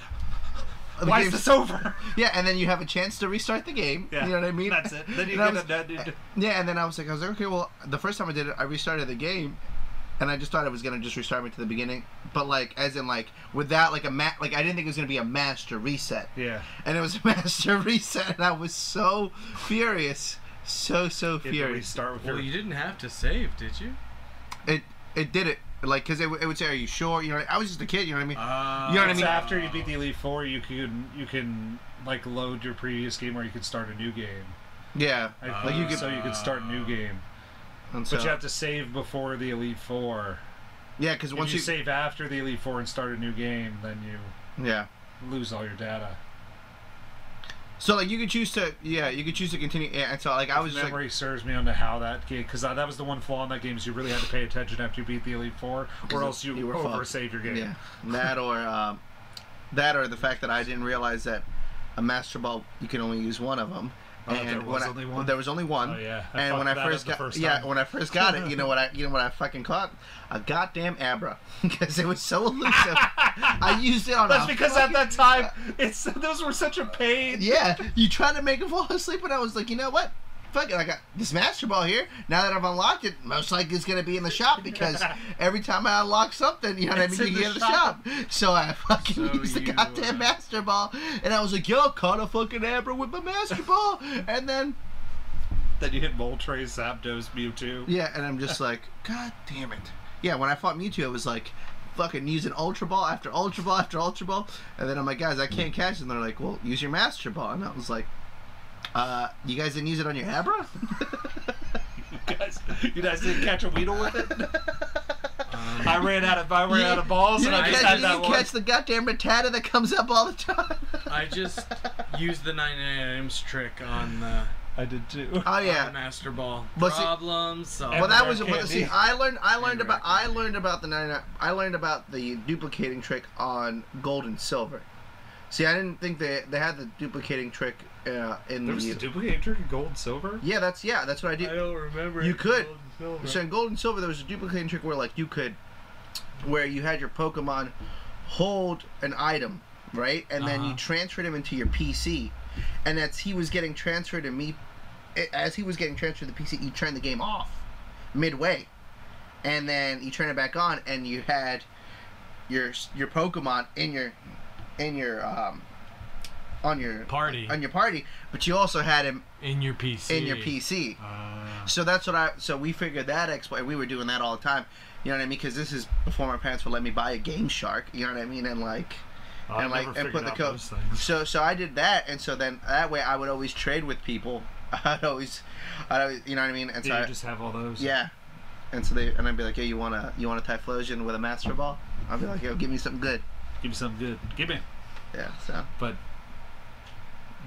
B: The
A: why is
B: game's-
A: this over?
B: Yeah, and then you have a chance to restart the game.
A: Yeah,
B: you know what I mean?
A: That's it. Then you
B: And I
A: get
B: was- uh,
A: a dead dude.
B: Yeah, and then I was like, I was like, okay, well, the first time I did it, I restarted the game, and I just thought it was gonna just restart me to the beginning. But like, as in like, without like a ma- like, I didn't think it was gonna be a master reset,
A: Yeah.
B: and it was a master reset, and I was so furious, so so
A: You have to
B: furious.
A: restart with
C: well
A: your.
C: you didn't have to save did you
B: It it did it like because it, w- it would say, are you sure? You know, I was just a kid. You know what I mean?
C: uh,
B: You know what I
A: It's
B: mean?
A: after you beat the Elite Four, you can you can like load your previous game, or you can start a new game.
B: yeah.
A: I
C: Uh,
A: think
B: you could-
A: so you could start a new game,
B: And so,
A: but you have to save before the Elite Four.
B: yeah, because
A: Once
B: once
A: you, save after the Elite Four and start a new game, then you
B: yeah.
A: lose all your data.
B: So like you could choose to yeah you could choose to continue yeah, and so like I was just like
A: memory serves me on to how that game because that was the one flaw in that game is you really had to pay attention after you beat the Elite Four, or else you,
B: you were
A: over
B: fucked.
A: save your game.
B: yeah that or um, that or the fact that I didn't realize that a master ball you can only use one of them.
A: Oh, there was
B: when I-
A: only one?
B: there was only one.
A: Oh, yeah. I
B: and when
A: fucked
B: I
A: that up
B: first
A: the
B: got
A: first
B: yeah
A: time.
B: when I first got it you know what I you know what I fucking caught a goddamn abra because it was so elusive. I used it on
A: That's
B: a
A: because at that time, it's those were such a pain.
B: Yeah, you try to make him fall asleep, and I was like, you know what? Fuck it, I got this master ball here. Now that I've unlocked it, most likely it's gonna be in the shop because every time I unlock something, you know what
A: It's
B: I mean,
A: in
B: you
A: the
B: get in the shop. So I fucking
F: So
B: used the
F: you,
B: goddamn
F: uh,
B: master ball, and I was like, yo, caught a fucking abra with my master ball, and then
A: Then you hit Moltres, Zapdos, Mewtwo.
B: yeah, and I'm just like, god damn it. Yeah, when I fought Mewtwo, it was like. Fucking using Ultra Ball after Ultra Ball after Ultra Ball, and then I'm like, guys, I can't catch. it." And they're like, well, use your Master Ball, and I was like, uh, you guys didn't use it on your Abra?
A: You guys, you guys didn't catch a Weedle with it.
F: Um,
A: I ran out of I ran
B: You-
A: out of balls,
B: You
A: and
B: didn't
A: I
B: catch,
A: just
B: you
A: had that
B: didn't
A: one.
B: catch the goddamn Rattata that comes up all the time.
F: I just used the 99 items trick on the,
A: I did too.
B: oh
F: on the
B: yeah.
F: Master Ball.
B: But see-
F: Problem solved.
B: Well, that was
A: Everywhere
B: well, see.
A: candy.
B: I learned. I learned
F: Everywhere
B: about. I
F: candy.
B: learned about the nine. I learned about the duplicating trick on gold and silver. See, I didn't think they they had the duplicating trick uh, in
A: There
B: the.
A: was Oh, a duplicate trick in gold, silver.
B: yeah, that's yeah, that's what I did.
F: I don't remember.
B: You
F: it.
B: could.
F: Gold and silver.
B: So in Gold and Silver, there was a duplicating trick where like you could, where you had your Pokemon hold an item, right, and then you
C: Uh-huh.
B: transferred him into your PC, and as he was getting transferred to me, as he was getting transferred to the PC, you turned the game off midway, and then you turn it back on, and you had your your Pokemon in your in your um on your
C: Party.
B: on your party, but you also had him
C: in your PC.
B: in your PC.
C: Oh,
A: Uh,
B: So that's what I. So we figured that exploit. We were doing that all the time. You know what I mean? Because this is before my parents would let me buy a Game Shark. You know what I mean? And like,
A: I
B: and like,
A: never
B: and
A: figured
B: put the
A: out
B: code.
A: those things.
B: So so I did that, and so then that way I would always trade with people. I'd always, I'd always, you know what I mean? And so
A: Did
B: I-
A: you just have all those?
B: yeah. And so they and I'd be like, hey, you want a you want a Typhlosion with a Master Ball? I'd be like, yo, give me something good.
A: Give me something good. Give me.
B: Yeah. So
A: But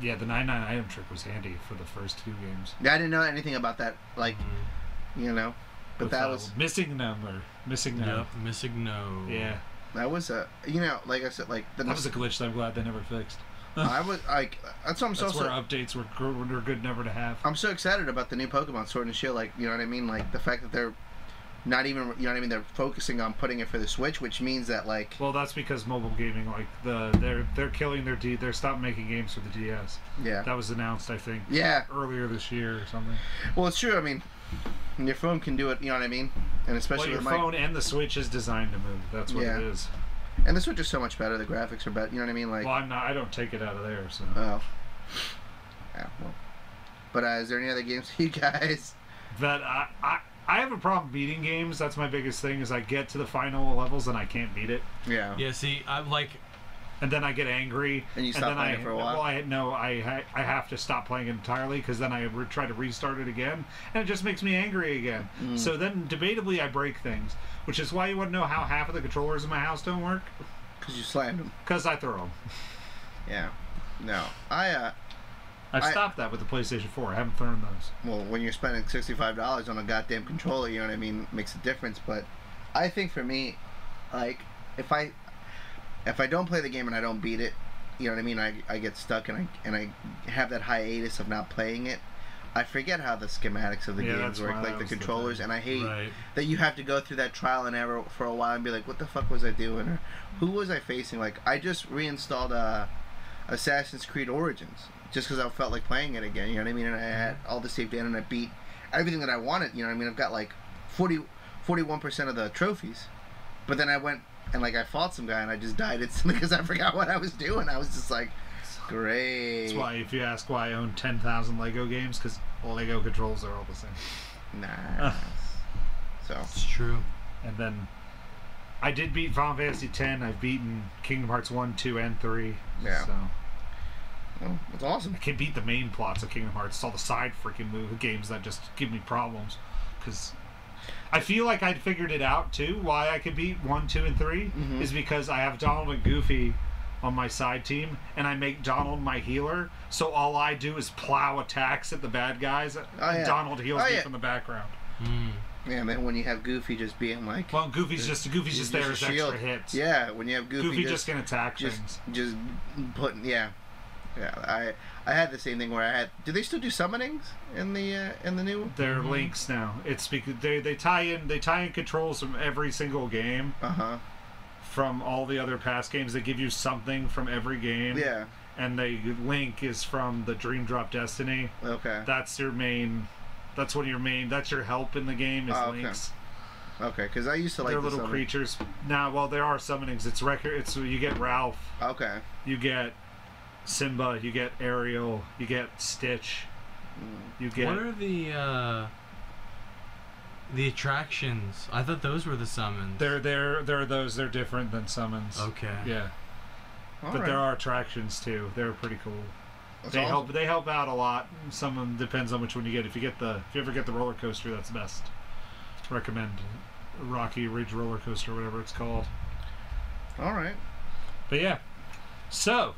A: yeah, the 99 item trick was handy for the first two games.
B: yeah, I didn't know anything about that. Like, you know, but
A: With,
B: that
A: uh,
B: was
A: missing number, missing
C: Yep,
A: no.
C: missing no.
A: Yeah,
B: that was a you know like I said like the
A: that was a glitch that I'm glad they never fixed.
B: I was like that's what I'm so
A: That's
B: so-
A: where updates were, gr- were good never to have.
B: I'm so excited about the new Pokemon Sword and Shield. Like, you know what I mean? Like the fact that they're not even, you know what I mean? They're focusing on putting it for the Switch, which means that like,
A: Well, that's because mobile gaming, like the they're they're killing their D, they're stopped making games for the DS.
B: yeah,
A: That was announced, I think,
B: yeah.
A: earlier this year or something.
B: Well, it's true. I mean, your phone can do it. You know what I mean? And
A: Well,
B: especially
A: your
B: with my
A: phone and the Switch is designed to move. That's what
B: Yeah.
A: it is.
B: and the Switch is so much better. The graphics are better. You know what I mean? Like,
A: Well, I'm not. I don't take it out of there. So
B: oh, yeah. Well, but uh, is there any other games you guys?
A: that I, I I have a problem beating games. That's my biggest thing. Is I get to the final levels and I can't beat it.
B: Yeah.
C: Yeah, see, I'm like,
A: and then I get angry,
B: And you stop
A: then
B: playing
A: I,
B: it for a while?
A: Well, I no, I ha- I have to stop playing entirely because then I re- try to restart it again, and it just makes me angry again.
B: Mm.
A: So then, debatably, I break things, which is why you want to know how half of the controllers in my house don't work
B: Because you slammed them.
A: because I throw them.
B: Yeah. No, I uh,
A: I've
B: I-
A: stopped that with the PlayStation 4. I haven't thrown those.
B: well, when you're spending sixty-five dollars on a goddamn controller, you know what I mean, makes a difference. But I think for me, like if I if I don't play the game and I don't beat it, you know what I mean, I, I get stuck and I and I have that hiatus of not playing it. I forget how the schematics of the
A: Yeah,
B: games
A: that's
B: work,
A: why
B: like
A: that
B: the
A: was the
B: controllers,
A: thing.
B: and I hate
C: right.
B: that you have to go through that trial and error for a while and be like, what the fuck was I doing? Or who was I facing? Like, I just reinstalled uh, Assassin's Creed Origins just because I felt like playing it again. You know what I mean? And I had all the saved data and I beat everything that I wanted. You know what I mean? I've got like 40, 41% of the trophies. But then I went and like I fought some guy and I just died instantly because I forgot what I was doing. I was just like, great.
A: That's why, if you ask why I own 10,000 Lego games, because Lego controls are all the same.
B: Nice. so,
C: It's true.
A: And then I did beat Final Fantasy 10. I've beaten Kingdom Hearts 1, 2, and 3.
B: Yeah.
A: So.
B: well, that's awesome.
A: I can beat the main plots of Kingdom Hearts. It's all the side freaking move games that just give me problems. Because I feel like I'd
B: Mm-hmm.
A: figured it out too. Why I could beat one, two, and 3 is because I have Donald and Goofy on my side team, and I make Donald my healer. So all I do is plow attacks at the bad guys.
B: Oh, yeah.
A: Donald heals
B: Oh,
A: me
B: yeah.
A: from the background.
C: Hmm.
B: Yeah, man, when you have Goofy just being like
A: Well, Goofy's just Goofy's just, there as
B: a shield.
A: extra hits.
B: Yeah, when you have Goofy,
A: Goofy
B: just
A: just can attack
B: just
A: things.
B: just putting yeah, yeah. I I had the same thing where I had. Do they still do summonings in the uh, in the new?
A: They're links now. It's because they they tie in they tie in controls from every single game,
B: Uh huh.
A: from all the other past games. They give you something from every game.
B: Yeah.
A: And they link is from the Dream Drop Destiny.
B: Okay.
A: That's your main. That's one of your main. That's your help in the game is
B: Oh, okay.
A: links.
B: Okay. Because I used to like
A: they're
B: the
A: little
B: summon-
A: creatures. Now, well, there are summonings. It's record. It's you get Ralph,
B: Okay.
A: you get Simba, you get Ariel, you get Stitch,
B: Hmm.
A: you get.
C: What are the uh, the attractions? I thought those were the summons.
A: They're they're they're those. They're different than summons.
C: okay.
A: Yeah,
B: All
A: but
B: right.
A: there are attractions too. They're pretty cool.
B: That's
A: they
B: awesome.
A: help. They help out a lot. Some of them depends on which one you get. If you get the, if you ever get the roller coaster, that's best. Recommend Rocky Ridge Roller Coaster, whatever it's called.
B: All right.
A: But yeah. So,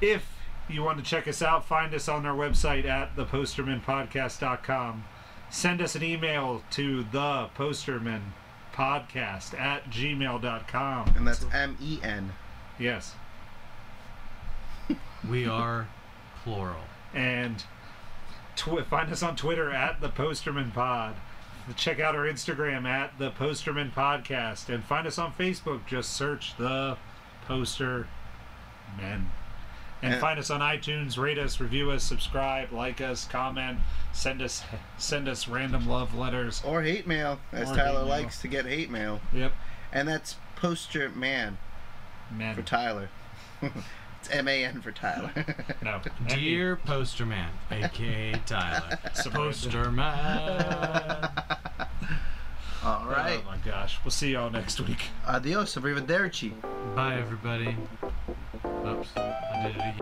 A: if you want to check us out, find us on our website at thepostermanpodcast.com. Send us an email to thepostermanpodcast at gmail.com.
B: And that's M E N.
A: Yes.
C: We are plural.
A: And tw- find us on Twitter at thepostermanpod. Check out our Instagram at the Posterman Podcast and find us on Facebook. Just search the Poster Men. And
B: And-
A: find us on iTunes, rate us, review us, subscribe, like us, comment, send us send us random love letters.
B: Or hate mail, as
A: Or hate
B: Tyler
A: mail.
B: likes to get hate mail.
A: Yep.
B: And that's poster man for
A: Men.
B: Tyler. it's M A N for Tyler.
A: No.
C: Dear Posterman, aka Tyler. Posterman.
B: All right.
A: Oh my gosh. We'll see y'all next week.
B: Adios, arrivederci.
C: Bye, everybody. Oops. I did it again.